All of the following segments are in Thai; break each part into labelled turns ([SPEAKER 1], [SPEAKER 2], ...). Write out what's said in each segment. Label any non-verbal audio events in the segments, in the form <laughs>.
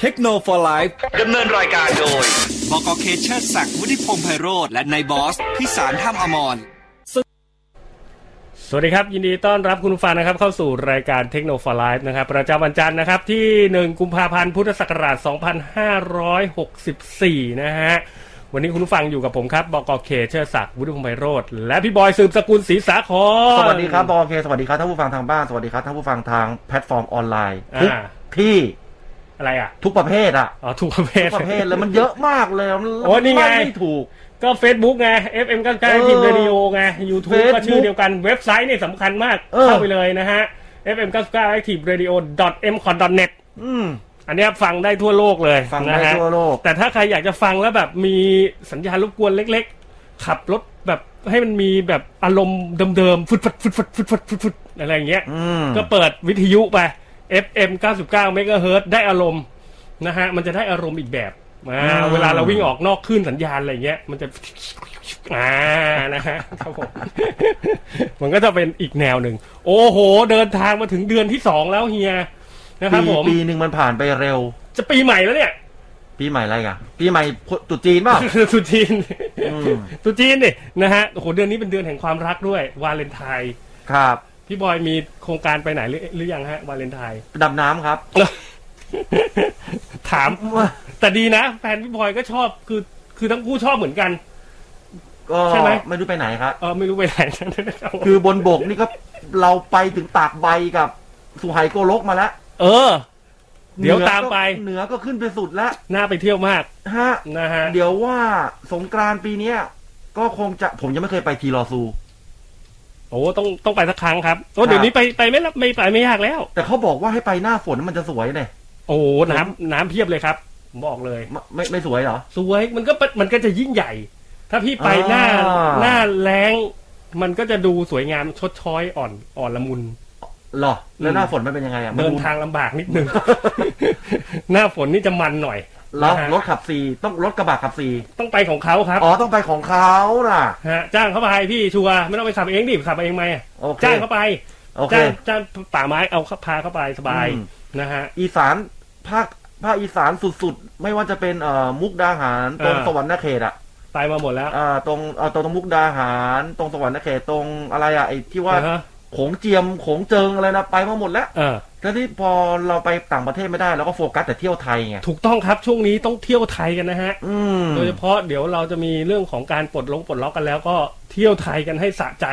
[SPEAKER 1] เทคโนโลยีไลฟ์
[SPEAKER 2] ดำเนินรายการโดย
[SPEAKER 3] บกเคเชอร์ศักดิ์วุฒิพงษ์ไพโรธและนายบอส พิสารท่ามอมร
[SPEAKER 4] สวัสดีครับ ยินดีต้อนรับคุณผู้ฟังนะครับเข้าสู่รายการเทคโนโลยีนะครับ ประจำวันจันทร์นะครับที่ 1 กุมภาพันธ์พุทธศักราช 2564 นะฮะ วันนี้คุณผู้ฟังอยู่กับผมครับบกเคเชอร์ศักดิ์วุฒิพงษ์ไพโรธและพี่บอยสืบสกุลศรีสาคร
[SPEAKER 5] สวัสดีครับบอลเค สวัสดีครับท่านผู้ฟังทางบ้าน สวัสดีครับท่านผู้ฟังทางแพลตฟอร์มออนไลน์
[SPEAKER 4] อ่า
[SPEAKER 5] ทุกที่
[SPEAKER 4] อะไรอ่ะ
[SPEAKER 5] ทุกประเภทอ่ะ
[SPEAKER 4] อ๋อถูกประเภ
[SPEAKER 5] ทุ
[SPEAKER 4] ท
[SPEAKER 5] กประเภทเลยมันเยอะมากเลยมั
[SPEAKER 4] โอ้นี่ไง
[SPEAKER 5] มัม่ถูก
[SPEAKER 4] ก็ Facebook ไง FM 9
[SPEAKER 5] เอ
[SPEAKER 4] 9
[SPEAKER 5] อ
[SPEAKER 4] ทีมเรดิโอไง YouTube ก็
[SPEAKER 5] Facebook
[SPEAKER 4] ชื่อเดียวกันเว็บไซต์นี่สำคัญมาก
[SPEAKER 5] เออ
[SPEAKER 4] เข้าไปเลยนะฮะ fm 9 9 active radio m c o n net
[SPEAKER 5] อืม
[SPEAKER 4] อันเนี้ยฟังได้ทั่วโลกเลย
[SPEAKER 5] ฟังได้
[SPEAKER 4] นะฮะ
[SPEAKER 5] ทั่วโลก
[SPEAKER 4] แต่ถ้าใครอยากจะฟังแล้วแบบมีสัญญาณรบกวนเล็กๆ ขับรถแบบให้มันมีแบบอารมณ์เดิมๆฟึดฟัดฟึดฟัดฟึดฟัดฟึดฟัดอะไรอย่างเงี้ย
[SPEAKER 5] อืม
[SPEAKER 4] ก็เปิดวิทยุไป FM 99 MHz ได้อารมณ์นะฮะ มันจะได้อารมณ์อีกแบบอ่าเวลาเราวิ่งออกนอกคลื่นสัญญาณอะไรเงี้ย มันจะอ่านะฮะครับผม มันก็จะเป็นอีกแนวหนึ่ง โอ้โห เดินทางมาถึงเดือนที่สองแล้วเฮียนะครับ
[SPEAKER 5] ปี
[SPEAKER 4] ผม
[SPEAKER 5] ปีหนึ่งมันผ่านไปเร็ว
[SPEAKER 4] จะปีใหม่แล้วเนี่ย <laughs>
[SPEAKER 5] ปีใหม่อะไรอ่ะ ปีใหม่พุตรุษจีนเปล่า
[SPEAKER 4] ตุจีน
[SPEAKER 5] อืม
[SPEAKER 4] ตุจีนนี่นะฮะ โอ้โห เดือนนี้เป็นเดือนแห่งความรักด้วย วาเลนไทน์
[SPEAKER 5] ครับ
[SPEAKER 4] พี่บอยมีโครงการไปไหนหรือหรือยังฮะ วาเลนไทน์
[SPEAKER 5] ดำน้ำครับ
[SPEAKER 4] <laughs> ถาม แต่ดีนะ แฟนพี่บอยก็ชอบคือคือทั้งคู่ชอบเหมือนกัน
[SPEAKER 5] ก็
[SPEAKER 4] ใช่ไหม
[SPEAKER 5] ไม่รู้ไปไหนครับ
[SPEAKER 4] เออไม่รู้ไปไหน <laughs> นะครับ
[SPEAKER 5] คือบนบกนี่ก็เราไปถึงตากใบกับสุไหงโกลกมาแล้ว
[SPEAKER 4] เออ เดี๋ยวตามไป
[SPEAKER 5] เหนือก็ขึ้นไปสุดแล้ว
[SPEAKER 4] น่าไปเที่ยวมาก
[SPEAKER 5] ฮะ
[SPEAKER 4] นะฮะ
[SPEAKER 5] เดี๋ยวว่าสงกรานต์ปีเนี้ยก็คงจะผมยังไม่เคยไปทีรอซู
[SPEAKER 4] โอ้ต้องต้องไปสักครั้งครับโอ้เดี๋ยวนี้ไปไปไม่ละไม่ไปไม่ยากแล้ว
[SPEAKER 5] แต่เขาบอกว่าให้ไปหน้าฝนมันจะสวยเนี่ย
[SPEAKER 4] โอ้โหน้ำน้ำเพียบเลยครับผมบอกเลย
[SPEAKER 5] ไมไม่ไม่สวยเหรอ
[SPEAKER 4] สวยมันก็มันก็จะยิ่งใหญ่ ถ้าพี่ไปหน้า
[SPEAKER 5] อ่า
[SPEAKER 4] หน้าแรงมันก็จะดูสวยงามชดช้อยอ่อนอ่อนละมุน
[SPEAKER 5] หรอ
[SPEAKER 4] อื
[SPEAKER 5] แล้ว
[SPEAKER 4] ม
[SPEAKER 5] หน้าฝนมันเป็นยังไงอ่ะมั
[SPEAKER 4] เดินทางลำบากนิดนึง <laughs> หน้าฝนนี่จะมันหน่อย
[SPEAKER 5] แล้ว
[SPEAKER 4] นะฮะ
[SPEAKER 5] รถขับซีต้องรถกระบะขับซี
[SPEAKER 4] ต้องไปของเขาครับ
[SPEAKER 5] อ๋อต้องไปของเขาน่ะ
[SPEAKER 4] ฮะจ้างเขาไปพี่ชัวร์ไม่ต้องไปขับเองดิขับเองไหมอะ
[SPEAKER 5] โอเค
[SPEAKER 4] จ้างเขาไป
[SPEAKER 5] โอเค
[SPEAKER 4] จ้างจ้างป่าไม้เอาเขาพาเขาไปสบาย
[SPEAKER 5] อืม
[SPEAKER 4] นะฮะ
[SPEAKER 5] อีสานภาคภาคอีสานสุดๆ ไม่ว่าจะเป็นเอ่อมุกดาหารตรง
[SPEAKER 4] อ่า
[SPEAKER 5] สวรรค์เขตอ่ะ
[SPEAKER 4] ไปมาหมดแล้ว
[SPEAKER 5] อ่าตรงเอ่อตรงตรงมุกดาหาร ตรงสวรรค์เขตตรงอะไรอ่ะไอ้ที่ว่า
[SPEAKER 4] อ่าฮะ
[SPEAKER 5] โขงเจียมโขงเจิงอะไรนะไปมาหมดแล้ว
[SPEAKER 4] เออ
[SPEAKER 5] แล้วที่พอเราไปต่างประเทศไม่ได้เราก็โฟกัสแต่เที่ยวไทยไง
[SPEAKER 4] ถูกต้องครับช่วงนี้ต้องเที่ยวไทยกันนะฮะ
[SPEAKER 5] อืม
[SPEAKER 4] โดยเฉพาะเดี๋ยวเราจะมีเรื่องของการปลดลงปลดล็อกกันแล้วก็เที่ยวไทยกันให้สะใจ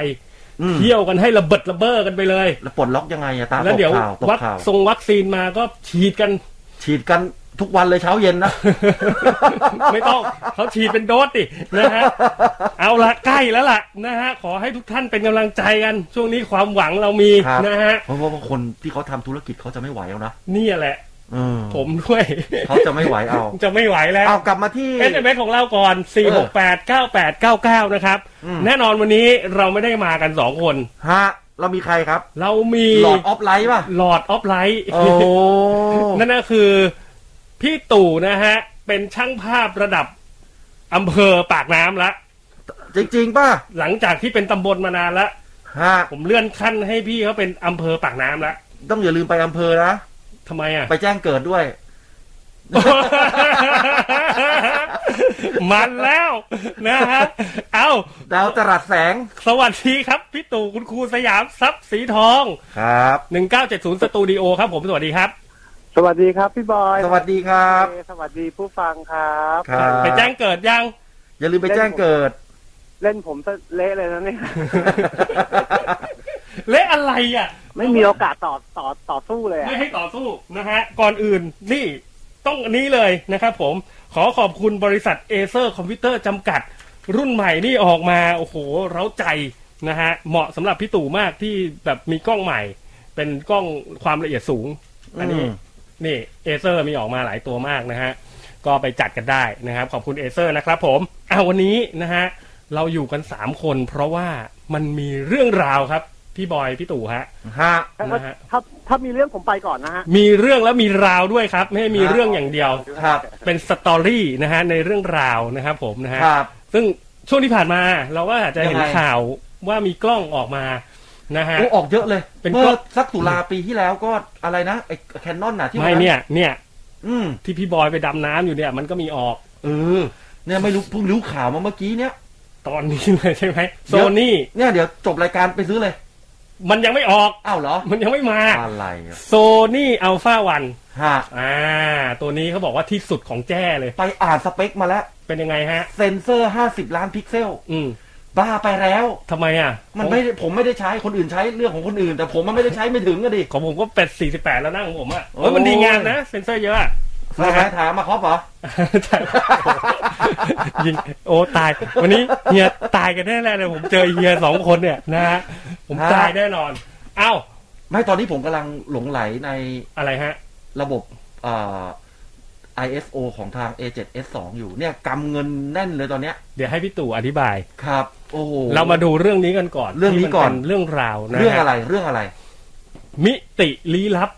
[SPEAKER 5] อืม
[SPEAKER 4] เที่ยวกันให้ระเบิดระเบ้อกันไปเลย
[SPEAKER 5] แล้วปลดล็อกยังไงอะตา
[SPEAKER 4] แล้ว
[SPEAKER 5] ตก
[SPEAKER 4] เดี๋ยว
[SPEAKER 5] ข่าวตก
[SPEAKER 4] วัค
[SPEAKER 5] ข่าว
[SPEAKER 4] ทรงวัคซีนมาก็ฉีดกัน <laughs>
[SPEAKER 5] ฉีดกันทุกวันเลยเช้าเย็นนะ
[SPEAKER 4] ไม่ต้องเขาฉีดเป็นโดสดินะฮะเอาละใกล้แล้วล่ะนะฮะขอให้ทุกท่านเป็นกำลังใจกัน ช่วงนี้ความหวังเรามี
[SPEAKER 5] ครับ
[SPEAKER 4] นะฮะ
[SPEAKER 5] เพราะว่าคนที่เขาทำธุรกิจเขาจะไม่ไหวแล้วนะ
[SPEAKER 4] นี่แหละ
[SPEAKER 5] เออ
[SPEAKER 4] ผมด้วย
[SPEAKER 5] เขาจะไม่ไหวเอา
[SPEAKER 4] จะไม่ไหวแล้ว
[SPEAKER 5] เอากลับมาที่
[SPEAKER 4] SMS ของเราก่อน 468 9899 นะครับ
[SPEAKER 5] อืม
[SPEAKER 4] แน่นอนวันนี้เราไม่ได้มากัน 2 คน
[SPEAKER 5] ฮะ เรามีใครครับ
[SPEAKER 4] เรามี
[SPEAKER 5] หลอดออฟไลท์ป่ะ
[SPEAKER 4] หลอดออฟไลท์
[SPEAKER 5] โอ้โห
[SPEAKER 4] นั่นก็คือ พี่ตู่นะฮะ เป็นช่างภาพระดับอำเภอปากน้ำละ
[SPEAKER 5] จริงๆป่ะ
[SPEAKER 4] หลังจากที่เป็นตำบลมานานละ
[SPEAKER 5] ฮะ
[SPEAKER 4] ผมเลื่อนขั้นให้พี่เขาเป็นอำเภอปากน้ำละ
[SPEAKER 5] ต้องอย่าลืมไปอำเภอนะ
[SPEAKER 4] ทำไม
[SPEAKER 5] <laughs>
[SPEAKER 4] อ่ะ
[SPEAKER 5] ไปแจ้งเกิดด้วย
[SPEAKER 4] มันแล้วนะฮะ เอ้า
[SPEAKER 5] ดาวตรัสแสง
[SPEAKER 4] สวัสดีครับ พี่ตู่คุณครูสยามทรัพย์สีทอง
[SPEAKER 5] ครับ
[SPEAKER 4] 1970 สตูดิโอครับผมสวัสดีครับ
[SPEAKER 6] สวัสดีครับพี่บอย
[SPEAKER 5] สวัสดีครับ
[SPEAKER 6] สวัสดีผู้ฟังครับ
[SPEAKER 5] ครับ
[SPEAKER 4] ไปแจ้งเกิดยัง
[SPEAKER 5] อย่าลืมไปแจ้งเกิ
[SPEAKER 4] <laughs>
[SPEAKER 5] ด
[SPEAKER 6] เล่นผมซะเละเลยนะเนี่ย <laughs>
[SPEAKER 4] เละอะไรอ่ะ
[SPEAKER 6] ไม่มีโอกาสต่อต่อต่อสู้เลยอะ
[SPEAKER 4] ไม่ให้ต่อสู้นะฮะ ก่อนอื่นนี่ต้องอันนี้เลยนะครับผมขอขอบคุณบริษัทเอเซอร์คอมพิวเตอร์จำกัด รุ่นใหม่นี่ออกมาโอ้โหเร้าใจนะฮะ เหมาะสำหรับพี่ตู่มากที่แบบมีกล้องใหม่ เป็นกล้องความละเอียดสูง อันนี้
[SPEAKER 5] อืม
[SPEAKER 4] นี่เอเซอร์มีออกมาหลายตัวมากนะฮะ ก็ไปจัดกันได้นะครับ ขอบคุณเอเซอร์นะครับผมอ่าวันนี้นะฮะ เราอยู่กัน 3 คน เพราะว่ามันมีเรื่องราวครับ พี่บอยพี่ตู่ฮะ
[SPEAKER 5] ฮะ
[SPEAKER 6] ถ้า
[SPEAKER 4] นะฮะ
[SPEAKER 6] ถ้าถ้ามีเรื่องผมไปก่อนนะฮะ
[SPEAKER 4] มีเรื่องแล้วมีราวด้วยครับ ไม่ให้มี
[SPEAKER 5] ครับ
[SPEAKER 4] เรื่องอย่างเดียว
[SPEAKER 5] ครับ
[SPEAKER 4] เป็นสตอรี่นะฮะในเรื่องราวนะครับผมนะฮะ
[SPEAKER 5] ครับ
[SPEAKER 4] ซึ่งช่วงที่ผ่านมาเราก็อาจจะเห็น
[SPEAKER 5] ยังไง
[SPEAKER 4] ข่าวว่ามีกล้องออกมานะฮะ
[SPEAKER 5] โอ้ออกเยอะเลย
[SPEAKER 4] เป็น
[SPEAKER 5] เมื่
[SPEAKER 4] ก็
[SPEAKER 5] อสักตุลาปีที่แล้วก็อะไรนะไอ้แคนนอนน่ะที่
[SPEAKER 4] ไม่
[SPEAKER 5] วั
[SPEAKER 4] เนี่ยเนี่ย
[SPEAKER 5] อืม
[SPEAKER 4] ที่พี่บอยไปดำน้ำอยู่เนี่ย มันก็มีออก เออ
[SPEAKER 5] เนี่ยไม่รู้เพิ่งรู้ข่าวมาเมื่อกี้เนี่ย
[SPEAKER 4] ตอนนี้เลยใช่ไหม
[SPEAKER 5] เดี๋
[SPEAKER 4] โซ
[SPEAKER 5] ยว
[SPEAKER 4] นี่
[SPEAKER 5] เนี่ยเดี๋ยวจบรายการไปซื้อเลย
[SPEAKER 4] มันยังไม่ออก
[SPEAKER 5] อ้าวเหรอ
[SPEAKER 4] มันยังไม่มา
[SPEAKER 5] อะไรอะ
[SPEAKER 4] โซนี่อัลฟาวัน
[SPEAKER 5] ฮะ
[SPEAKER 4] อ่า ตัวนี้เขาบอกว่าที่สุดของแจ้เลย
[SPEAKER 5] ไปอ่านสเปคมาแล้ว
[SPEAKER 4] เป็นยังไงฮะ
[SPEAKER 5] เซนเซอร์ 50 ล้านพิกเซล
[SPEAKER 4] อืม
[SPEAKER 5] บ้าไปแล้ว
[SPEAKER 4] ทำไมอ่ะ
[SPEAKER 5] มันไม่ได้ผมไม่ได้ใช้คนอื่นใช้เรื่องของคนอื่น แต่ผมมันไม่ได้ใช้ไม่ถึงก็ดิ
[SPEAKER 4] ของผมก็เป็ดสี่สิบแปดแล้วนะของผมอ่ะ
[SPEAKER 5] โอ้
[SPEAKER 4] เอ้ยมันดีงามนะ เซนเซอร์เยอะอะ
[SPEAKER 5] ทำไมถามมาครับเหรอ
[SPEAKER 4] <laughs> ใช่ยิงโอ้ตาย วันนี้เฮียตายกันแน่ๆเลยผมเจอเฮียสองคนเนี่ยนะฮะผม
[SPEAKER 5] ฮะ
[SPEAKER 4] ตายแน่นอนเอ้า
[SPEAKER 5] ไม่ตอนนี้ผมกำลังหลงไหลใน
[SPEAKER 4] อะไรฮะ
[SPEAKER 5] ระบบเอ่อ ISO ของทาง A7S2 อยู่เนี่ยกำเงินแน่นเลยตอนเนี้ย
[SPEAKER 4] เดี๋ยวให้พี่ตู่อธิบาย
[SPEAKER 5] ครับ โอ้โห
[SPEAKER 4] เรามาดูเรื่องนี้กันก่อน
[SPEAKER 5] เรื่องนี้ก่อน
[SPEAKER 4] ที่มัเป็เรื่องราวนะฮะ
[SPEAKER 5] เรื่องอะไรเรื่องอะไร
[SPEAKER 4] มิติลี้ลับ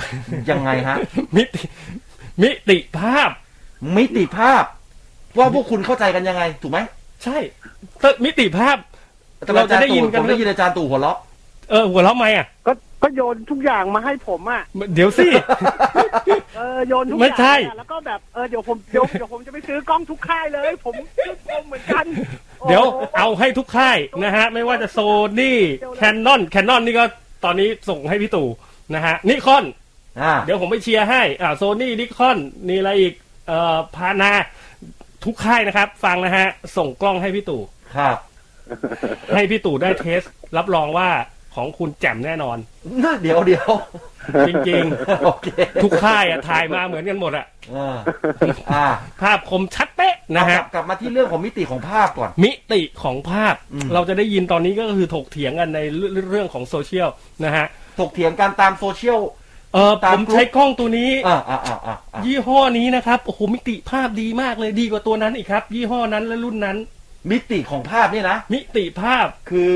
[SPEAKER 4] <laughs>
[SPEAKER 5] ยังไงฮะ
[SPEAKER 4] มิติ มิติภาพ
[SPEAKER 5] มิติภาพ ว่าพวกคุณเข้าใจกันยังไง ถูกไหม
[SPEAKER 4] ใช่แต่มิติภาพ เรา
[SPEAKER 5] เรา
[SPEAKER 4] จะ
[SPEAKER 5] จะ
[SPEAKER 4] ได้
[SPEAKER 5] ได้
[SPEAKER 4] ยิ
[SPEAKER 5] ยิ
[SPEAKER 4] น
[SPEAKER 5] น
[SPEAKER 4] กั
[SPEAKER 5] กัน นผมได้ยินอาจารย์ตู่หัวเราะ
[SPEAKER 4] เออหัวเราะไหมอ่ะ
[SPEAKER 6] ก็ก็โยนทุกอย่างมาให้ผมอ่ะ
[SPEAKER 4] เดี๋ยวสิ
[SPEAKER 5] <laughs>
[SPEAKER 6] เออโยนทุกอย่าง
[SPEAKER 4] ไม่ใช่
[SPEAKER 6] อะแล้วก็แบบเออเดี๋ยวผมเดี๋ยวเดี๋ยวผมจะไปซื้อกล้องทุกค่ายเลย ผมซื้อกล้องเหมือนกัน
[SPEAKER 4] เดี๋ยว
[SPEAKER 6] โโห
[SPEAKER 4] เอาให้ทุกค่ายนะฮะ ไม่ว่าจะโซนี่แคนนอนแคนนอนนี่ก็ตอนนี้ส่งให้พี่ตู่นะฮะนิคอน
[SPEAKER 5] อ่า
[SPEAKER 4] เดี๋ยวผมไปเชียร์ให้ อ่าโซนี่นิคอนนี่อะไรอีก เอ่อพานา ทุกค่ายนะครับ ฟังนะฮะ ส่งกล้องให้พี่ตู่
[SPEAKER 5] ครับ
[SPEAKER 4] ให้พี่ตู่ได้เทส รับรองว่าของคุณแจ่มแน่นอน
[SPEAKER 5] เดี๋ยวเดี๋ยว
[SPEAKER 4] จริง
[SPEAKER 5] โอเค
[SPEAKER 4] ๆ ทุกค่ายอะถ่ายมาเหมือนกันหมดอะ
[SPEAKER 5] อ่าอ่า
[SPEAKER 4] ภาพคมชัดเป๊ะนะ
[SPEAKER 5] นะ
[SPEAKER 4] ฮะ
[SPEAKER 5] กลับมาที่เรื่องของมิติของภาพก่อน
[SPEAKER 4] มิติของภาพ
[SPEAKER 5] อืม
[SPEAKER 4] เราจะได้ยินตอนนี้ก็คือถกเถียงกันในเรื่องของโซเชียลนะฮะ
[SPEAKER 5] ถกเถียงกันตามโซเชียล
[SPEAKER 4] เออผ
[SPEAKER 5] ตาม
[SPEAKER 4] ม
[SPEAKER 5] กรุ๊ป
[SPEAKER 4] ใช้กล้องตัวนี้
[SPEAKER 5] อ่าอ่าอ่าอ่าอ่า
[SPEAKER 4] ยี่ห้อนี้นะครับโอ้โหมิติภาพดีมากเลยดีกว่าตัวนั้นอีกครับ ยี่ห้อนั้นและรุ่นนั้น
[SPEAKER 5] มิติของภาพเนี่ยนะ
[SPEAKER 4] มิติภาพ
[SPEAKER 5] คือ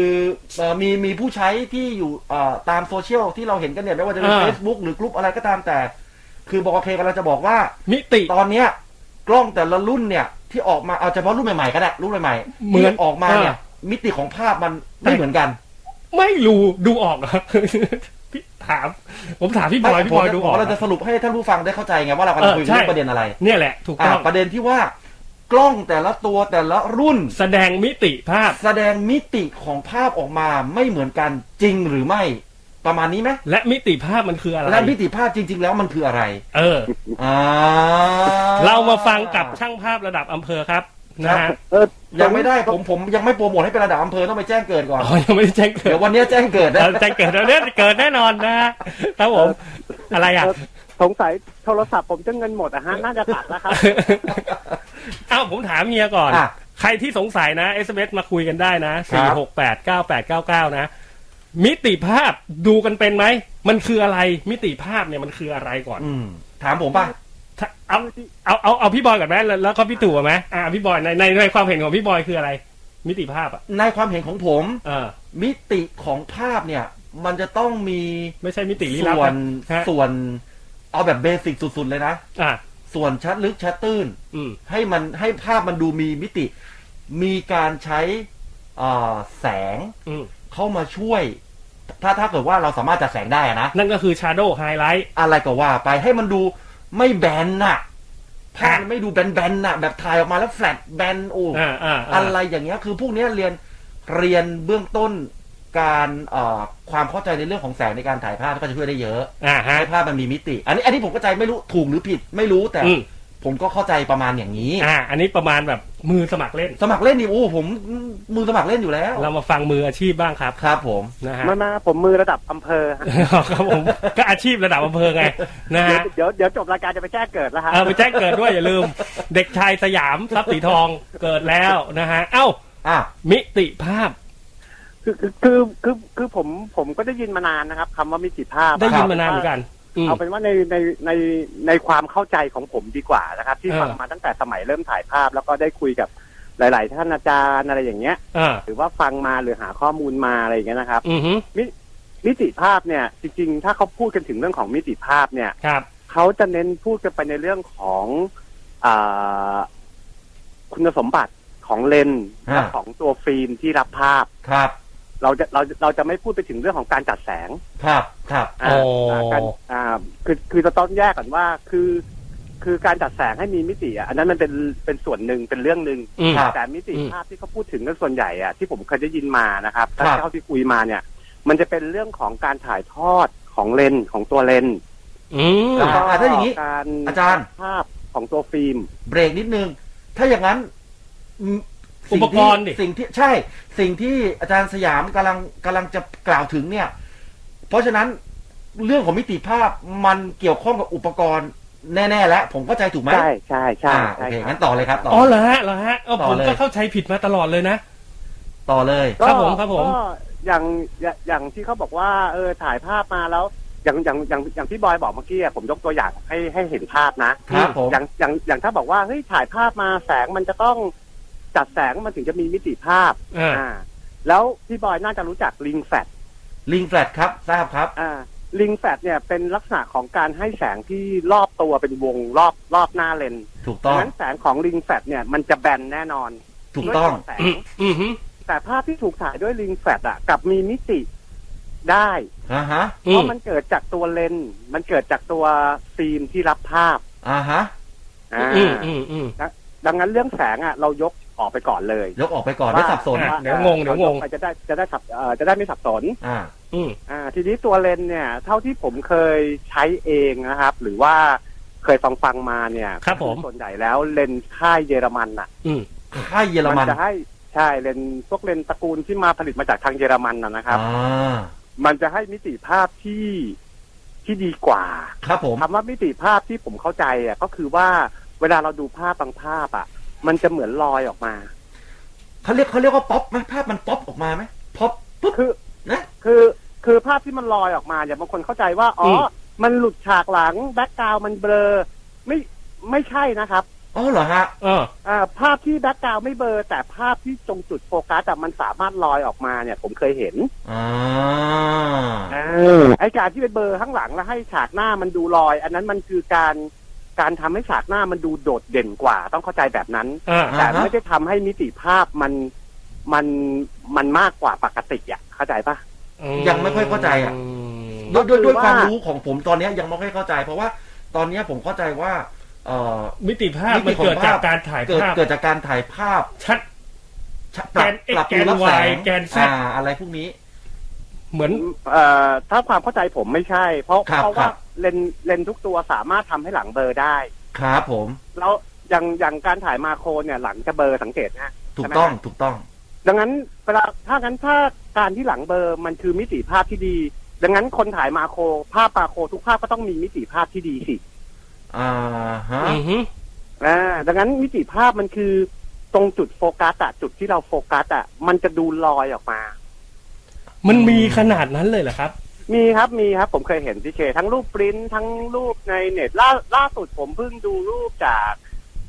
[SPEAKER 5] เอ่อมีมีผู้ใช้ที่อยู่เอ่อตามโซเชียลที่เราเห็นกันเนี่ยไม่ว่าจะเป็น
[SPEAKER 4] อ่า
[SPEAKER 5] Facebook หรือกลุ่มอะไรก็ตามแต่ คือบอกเคกำลังจะบอกว่า
[SPEAKER 4] มิติ
[SPEAKER 5] ตอนเนี้ยกล้องแต่ละรุ่นเนี่ย ที่ออกมาเอาเฉพาะรุ่นใหม่ๆก็ได้รุ่นใหม่ๆ
[SPEAKER 4] เหมือน
[SPEAKER 5] ที่ออกมาเนี่ย
[SPEAKER 4] อ่
[SPEAKER 5] มิติของภาพมันไม่เหมือนกัน
[SPEAKER 4] ไม่รู้ดูออกเหรอ พี่ถาม ผมถามพี่บอย
[SPEAKER 5] ไม่
[SPEAKER 4] พี่บอยดูออก
[SPEAKER 5] ผมเรา
[SPEAKER 4] เหร
[SPEAKER 5] จะ
[SPEAKER 4] อ
[SPEAKER 5] สรุปให้ท่านผู้ฟังได้เข้าใจไงว่าเรากำลัง
[SPEAKER 4] เออ
[SPEAKER 5] คุย
[SPEAKER 4] ใช่
[SPEAKER 5] เรื่องประเด็นอะไร
[SPEAKER 4] เนี่ยแหละ ถูก
[SPEAKER 5] อ่า
[SPEAKER 4] ต้อง
[SPEAKER 5] ประเด็นที่ว่ากล้องแต่ละตัวแต่ละรุ่น
[SPEAKER 4] แสดงมิติภาพ
[SPEAKER 5] แสดงมิติของภาพออกมาไม่เหมือนกันจริงหรือไม่ ประมาณนี้ไหม
[SPEAKER 4] และมิติภาพมันคืออะไร
[SPEAKER 5] และมิติภาพจริง ๆ แล้วมันคืออะไร
[SPEAKER 4] เออ
[SPEAKER 5] อ่า
[SPEAKER 4] เรามาฟังกับช่างภาพระดับอำเภอครับนะฮะ
[SPEAKER 6] เออ
[SPEAKER 5] ยังไม่ได้ผมผมยังไม่โปรโมทให้เป็นระดับอำเภอต้องไปแจ้งเกิดก่อน
[SPEAKER 4] อ๋อยังไม่ได้แจ้งเกิด
[SPEAKER 5] เดี๋ยววันเนี้ยแจ้งเกิดนะ
[SPEAKER 4] เราจะเกิดเรื่องเกิดแน่นอนนะฮะครับผมอะไรอ่ะ
[SPEAKER 6] เออสงสัยโทรศัพท์ผมจะเงินหมดอะฮะน่าจะตัดแล้วครับ
[SPEAKER 4] <laughs> เอ้าผมถามเมียก่อน
[SPEAKER 5] อ่ะ
[SPEAKER 4] ใครที่สงสัยนะ SMS มาคุยกันได้นะ
[SPEAKER 5] ครั
[SPEAKER 4] 4 6 8 9 8 9 9 นะ มิติภาพดูกันเป็นไหม มันคืออะไรมิติภาพเนี่ยมันคืออะไรก่อน
[SPEAKER 5] อืมถามผมป่ะ
[SPEAKER 4] ถ้าเอาเอาเอาเอาพี่บอยก่อนไหมแล้วแล้วก็พี่ตู่ก่อนไหมอ่าพี่บอยในในในความเห็นของพี่บอยคืออะไร มิติภาพอ่ะ
[SPEAKER 5] ในความเห็นของผม
[SPEAKER 4] เออ
[SPEAKER 5] มิติของภาพเนี่ย มันจะต้องมี
[SPEAKER 4] ไม่ใช่มิติลี้ลับ
[SPEAKER 5] ส่วน
[SPEAKER 4] นะฮะ
[SPEAKER 5] ส่วน เอาแบบเบสิกสุดๆเลยนะ
[SPEAKER 4] อ่ะ
[SPEAKER 5] ส่วนชัดลึกชัดตื้น
[SPEAKER 4] อืม
[SPEAKER 5] ให้มันให้ภาพมันดูมีมิติ มีการใช้อ่าแสง
[SPEAKER 4] อืม
[SPEAKER 5] เข้ามาช่วย ถ้าถ้าเกิดว่าเราสามารถจัดแสงได้อะนะ
[SPEAKER 4] นั่นก็คือ Shadow Highlight
[SPEAKER 5] อะไรก็ว่าไปให้มันดูไม่แบนน่ะ ภาพมันไม่ดูแบนๆน่ะ แบบถ่ายออกมาแล้วแฟลตแบนโอ้
[SPEAKER 4] อ่าอ่า
[SPEAKER 5] อะ
[SPEAKER 4] อ่า
[SPEAKER 5] ไรอย่างเงี้ย คือพวกเนี้ยเรียนเรียนเบื้องต้นการเอ่อความเข้าใจในเรื่องของแสงในการถ่ายภาพก็จะช่วยได้เยอะ
[SPEAKER 4] อ่าฮะ
[SPEAKER 5] ให้ภาพมันมีมิติ อันนี้อันนี้ผมก็ใจไม่รู้ถูกหรือผิดไม่รู้แต่
[SPEAKER 4] อืม
[SPEAKER 5] ผมก็เข้าใจประมาณอย่างนี้
[SPEAKER 4] อ่า อันนี้ประมาณแบบมือสมัครเล่น
[SPEAKER 5] สมัครเล่นนี่โอ้ผมมือสมัครเล่นอยู่แล้ว
[SPEAKER 4] เรามาฟังมืออาชีพบ้างครับ
[SPEAKER 5] ครับผม
[SPEAKER 4] นะฮะ
[SPEAKER 6] มามาผมมือระดับอำเภอฮะ
[SPEAKER 4] ครับผมก็อาชีพระดับอำเภอไงนะฮะ
[SPEAKER 6] เดี๋ยวเดี๋ยวจบรายการจะไปแจ้งเกิดแล้วฮะ
[SPEAKER 4] เออไปแจ้งเกิดด้วยอย่าลืม เด็กชายสยามทรัพย์สีทองเกิดแล้วนะฮะ เอ้า
[SPEAKER 5] อ่ะ
[SPEAKER 4] มิติภาพ
[SPEAKER 6] คือคือคือคือคือผมผมก็ได้ยินมานานนะครับคำว่ามิติภาพ
[SPEAKER 4] ได้ยินมานานเหมือนกันอืม
[SPEAKER 6] เอาเป็นว่าในในในในความเข้าใจของผมดีกว่านะครับ ที่
[SPEAKER 4] เออ
[SPEAKER 6] ฟังมาตั้งแต่สมัยเริ่มถ่ายภาพ แล้วก็ได้คุยกับหลาย ๆ ท่านอาจารย์อะไรอย่างเงี้ย
[SPEAKER 4] อ่า
[SPEAKER 6] หรือว่าฟังมาหรือหาข้อมูลมาอะไรอย่างเงี้ยนะครับ
[SPEAKER 4] อือฮึ
[SPEAKER 6] มิติภาพเนี่ยจริง ๆ ถ้าเขาพูดกันถึงเรื่องของมิติภาพเนี่ย
[SPEAKER 4] ครับ
[SPEAKER 6] เขาจะเน้นพูดกันไปในเรื่องของอาคุณสมบัติของเลนส์และ
[SPEAKER 5] ฮะ
[SPEAKER 6] ของตัวฟิล์มที่รับภาพ
[SPEAKER 5] ครับ
[SPEAKER 6] เราจะเราเราจะไม่พูดไปถึงเรื่องของการจัดแสง
[SPEAKER 5] ครับครับ
[SPEAKER 6] อ่า
[SPEAKER 4] โอ้
[SPEAKER 6] อ่าการอ่าคือคือจะต้องแยกก่อนว่า คือ คือการจัดแสงให้มีมิติอ่ะอันนั้นมันเป็นเป็นส่วนหนึ่งเป็นเรื่องหนึ่ง
[SPEAKER 4] อืม
[SPEAKER 5] ครับ
[SPEAKER 6] แต่มิติ
[SPEAKER 4] อืม
[SPEAKER 6] ภาพที่เขาพูดถึงกันส่วนใหญ่อ่ะที่ผมเคยได้ยินมานะครับ
[SPEAKER 5] ครับ
[SPEAKER 6] ถ้าเท่าที่คุยมาเนี่ย มันจะเป็นเรื่องของการถ่ายทอดของเลนส์ของตัวเลนส์
[SPEAKER 4] อืม
[SPEAKER 6] แล้วก็
[SPEAKER 5] อ่าถ้าอย่างนี้
[SPEAKER 6] การ
[SPEAKER 5] อาจารย์
[SPEAKER 6] ภาพของตัวฟิล์ม
[SPEAKER 5] เบรกนิดนึง ถ้าอย่างนั้นอืมสิ่ง
[SPEAKER 4] อุปก
[SPEAKER 5] ที่
[SPEAKER 4] รณ์ดิ
[SPEAKER 5] สิ่งที่ใช่ สิ่งที่อาจารย์สยามกำลังกำลังจะกล่าวถึงเนี่ย เพราะฉะนั้นเรื่องของมิติภาพมันเกี่ยวข้องกับอุปกรณ์แน่ ๆ แล้ว ผมเข้าใจถูกไหม
[SPEAKER 6] ใช่ใช่ใช่
[SPEAKER 5] อ่า
[SPEAKER 6] ใช่
[SPEAKER 5] โอเค
[SPEAKER 6] ครับ
[SPEAKER 5] งั้นต่อเลยครับต่
[SPEAKER 4] อ๋อเหรอฮะเหรอฮะเออ
[SPEAKER 5] ต่อ
[SPEAKER 4] ผม
[SPEAKER 5] เลย
[SPEAKER 4] ก็เข้าใจผิดมาตลอดเลยนะ
[SPEAKER 5] ต่อเลย
[SPEAKER 4] ครับผมครับผม
[SPEAKER 6] ก็อย่างอย่างอย่างที่เขาบอกว่าเออถ่ายภาพมาแล้ว อย่างอย่างอย่างอย่างที่บอยบอกเมื่อกี้อะผมยกตัวอย่างให้ให้เห็นภาพนะครับ
[SPEAKER 5] ผม
[SPEAKER 6] อย่างอย่างอย่างถ้าบอกว่าเฮ้ยถ่ายภาพมาแสงมันจะต้องจัดแสงมันถึงจะมีมิติภาพ
[SPEAKER 4] อ่า
[SPEAKER 6] อ่าแล้วพี่บอยน่าจะรู้จักลิงแฟต
[SPEAKER 5] ลิงแฟลตครับทราบครับ
[SPEAKER 6] อ่าลิงแฟตเนี่ยเป็นลักษณะของการให้แสงที่รอบตัวเป็นวงรอบรอบหน้าเลน
[SPEAKER 5] ถูก
[SPEAKER 6] ดั
[SPEAKER 5] ต้อ
[SPEAKER 6] ง
[SPEAKER 5] ง
[SPEAKER 6] นั้นแสงของลิงแฟตเนี่ยมันจะแบนแน่นอน
[SPEAKER 5] ถูกต้อง
[SPEAKER 6] ด้วยตัวแส
[SPEAKER 4] อืม
[SPEAKER 6] ง
[SPEAKER 4] อืมฮึ
[SPEAKER 6] แต่ภาพที่ถูกถ่ายด้วยลิงแฟลชอะกลับมีมิติได้
[SPEAKER 5] อ่าฮะ
[SPEAKER 4] อืม
[SPEAKER 6] เพราะมันเกิดจากตัวเลนส์มันเกิดจากตัวฟิล์มที่รับภาพ
[SPEAKER 5] อ่าฮะ
[SPEAKER 6] อ่า
[SPEAKER 4] อืมอืมอืม
[SPEAKER 6] ดังนั้นเรื่องแสงอะเรายกออกไปก่อนเลย
[SPEAKER 5] ยกออกไปก่อนไม่สับสน
[SPEAKER 4] อ่ะเดี๋ยวงงเดี๋ยวงง
[SPEAKER 6] อาไปจะได้จะได้สับเอ่อจะได้ไม่สับสน
[SPEAKER 5] อ่า
[SPEAKER 4] อืม
[SPEAKER 6] อ่าทีนี้ตัวเลนส์เนี่ย เท่าที่ผมเคยใช้เองนะครับ หรือว่าเคยฟังฟังๆมาเนี่ย
[SPEAKER 4] ครับผม
[SPEAKER 6] ส่วนใหญ่แล้วเลนส์ค่ายเยอรมันอะ
[SPEAKER 4] อืม
[SPEAKER 5] ค่ายเยอรมัน
[SPEAKER 6] จะให้ใช่เลนส์พวกเลนส์ตระกูลที่มาผลิตมาจากทางเยอรมันนะนะครับ
[SPEAKER 5] อ่า
[SPEAKER 6] มันจะให้มิติภาพที่ที่ดีกว่า
[SPEAKER 5] ครับผม
[SPEAKER 6] คำว่ามิติภาพที่ผมเข้าใจอ่ะก็คือว่าเวลาเราดูภาพบางภาพอ่ะ มันจะเหมือนลอยออกมา
[SPEAKER 5] เขาเรียกเขาเรียกว่าป๊อปไหมภาพมันป๊อปออกมาไหมป๊อปปุ๊บ
[SPEAKER 6] คือ
[SPEAKER 5] นะ
[SPEAKER 6] คือคือภาพที่มันลอยออกมาเนี่ยบางคนเข้าใจว่าอ๋ออ
[SPEAKER 4] ม
[SPEAKER 6] มันหลุดฉากหลังแบ็กกราวมันเบลอไม่ไม่ใช่นะครับ
[SPEAKER 5] อ๋อเหรอฮะ
[SPEAKER 4] อ่า
[SPEAKER 6] อ่าภาพที่แบ็กกราวไม่เบลอแต่ภาพที่ตรงจุดโฟกัสแต่มันสามารถลอยออกมาเนี่ย ผมเคยเห็น
[SPEAKER 5] อ่า
[SPEAKER 6] ไอการที่เป็นเบลอข้างหลังแล้วให้ฉากหน้ามันดูลอย อันนั้นมันคือการการทำให้ฉากหน้ามันดูโดดเด่นกว่า ต้องเข้าใจแบบนั้น
[SPEAKER 4] อ่า
[SPEAKER 5] อ่าฮะ
[SPEAKER 6] แต่ไม่ได้ทำให้มิติภาพมันมันมันมากกว่าปกติอ่ะเข้าใจปะ
[SPEAKER 5] ยังไม่ค่อยเข้าใจอะ ด้วยด้วยด้วยความรู้ของผมตอนเนี้ยยังไม่ค่อยเข้าใจ เพราะว่าตอนเนี้ยผมเข้าใจว่า เอ่อ
[SPEAKER 4] มิติภาพ
[SPEAKER 5] มิติ
[SPEAKER 4] มัน
[SPEAKER 5] ของ
[SPEAKER 4] เกิดจาก
[SPEAKER 5] ภาพ
[SPEAKER 4] การถ่าย
[SPEAKER 5] เกิด
[SPEAKER 4] ภาพ
[SPEAKER 5] เกิดจากการถ่ายภาพ
[SPEAKER 4] ชัด
[SPEAKER 5] ชะปรับ
[SPEAKER 4] แกน X
[SPEAKER 5] ปรับตัวรับแสง
[SPEAKER 4] แกน Y แกน Z
[SPEAKER 5] อ่า อะไรพวกนี้
[SPEAKER 4] เหมือน
[SPEAKER 6] เอ่อถ้าความเข้าใจผมไม่ใช่ เพราะ
[SPEAKER 5] ครับ
[SPEAKER 6] เพราะว่า
[SPEAKER 5] ครับ
[SPEAKER 6] เลนส์เลนส์ทุกตัวสามารถทำให้หลังเบลอได้
[SPEAKER 5] ครับผม
[SPEAKER 6] แล้วอย่างอย่างการถ่ายมาโครเนี่ยหลังจะเบลอสังเกตนะฮะ
[SPEAKER 5] ถูก
[SPEAKER 6] ใช่ไหม
[SPEAKER 5] ต้อง ถูกต้อง
[SPEAKER 6] ดังนั้นเวลาถ้างั้นถ้าการที่หลังเบลอมันคือมิติภาพที่ดี ดังนั้นคนถ่ายมาโครภาพมาโครทุกภาพก็ต้องมีมิติภาพที่ดีสิ
[SPEAKER 5] อ่าฮะ
[SPEAKER 4] อืมฮึ
[SPEAKER 6] อ่าดังนั้นมิติภาพมันคือตรงจุดโฟกัสอะจุดที่เราโฟกัสอะมันจะดูลอยออกมา
[SPEAKER 4] มันมีขนาดนั้นเลยเหรอครับ
[SPEAKER 6] มีครับมีครับผมเคยเห็นพี่เคทั้งรูปปริ้นท์ทั้งรูปในเน็ตล่าล่าสุดผมเพิ่งดูรูปจาก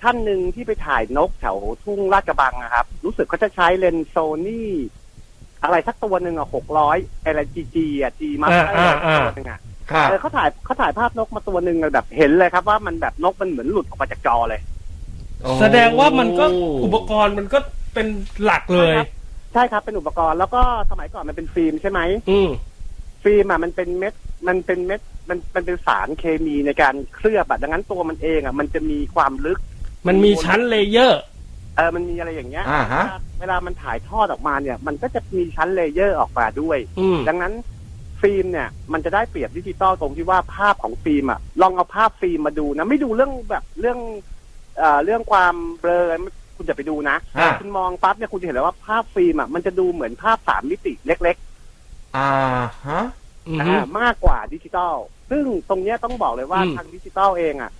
[SPEAKER 6] ท่านหนึ่งที่ไปถ่ายนกแถวทุ่งราชกระบังนะครับ รู้สึกเขาจะใช้เลนส์โซนี่อะไรสักตัวหนึ่งอ่ะหกร้อยอะไรจีจีอ่ะจีมา
[SPEAKER 4] อ่าอ่าอ่า
[SPEAKER 6] ตัวหนึ่งอ่ะ
[SPEAKER 5] ครับ
[SPEAKER 6] เออเขาถ่ายเขาถ่ายภาพนกมาตัวหนึ่งอะแบบเห็นเลยครับว่ามันแบบนกมันเหมือนหลุดออกมาจากจอเลย
[SPEAKER 4] แสดงว่ามันก็อุปกรณ์มันก็เป็นหลักเลย
[SPEAKER 6] ใช่ครับ ใช่ครับเป็นอุปกรณ์แล้วก็สมัยก่อนมันเป็นฟิล์มใช่ไหม
[SPEAKER 4] อืม
[SPEAKER 6] ฟิล์มอะมันเป็นเม็ดมันเป็นเม็ดมันมันเป็นสารเคมีในการเคลือบอะดังนั้นตัวมันเองอะมันจะมีความลึก
[SPEAKER 4] มันมีชั้นเลเยอร์
[SPEAKER 6] เออมันมีอะไรอย่างเงี้ย
[SPEAKER 5] อ่าฮะ
[SPEAKER 6] เวลาเวลามันถ่ายทอดออกมาเนี่ย มันก็จะมีชั้นเลเยอร์ออกมาด้วย
[SPEAKER 4] อืม
[SPEAKER 6] ดังนั้นฟิล์มเนี่ย มันจะได้เปรียบดิจิตอลตรงที่ว่าภาพของฟิล์มอะลองเอาภาพฟิล์มมาดูนะไม่ดูเรื่องแบบเรื่องเอ่อเรื่องความเบลอคุณจะไปดูนะ
[SPEAKER 5] อ่า
[SPEAKER 6] คุณมองปั๊บเนี่ยคุณจะเห็นเลยว่าภาพฟิล์มอะมันจะดูเหมือนภาพสามมิติเล็ก ๆ
[SPEAKER 5] อ่าฮะ
[SPEAKER 4] อืม
[SPEAKER 6] อ่ามากกว่าดิจิตอล ซึ่งตรงเนี้ยต้องบอกเลยว่า
[SPEAKER 4] อืม
[SPEAKER 6] ทางดิจิตอลเองอ่ะ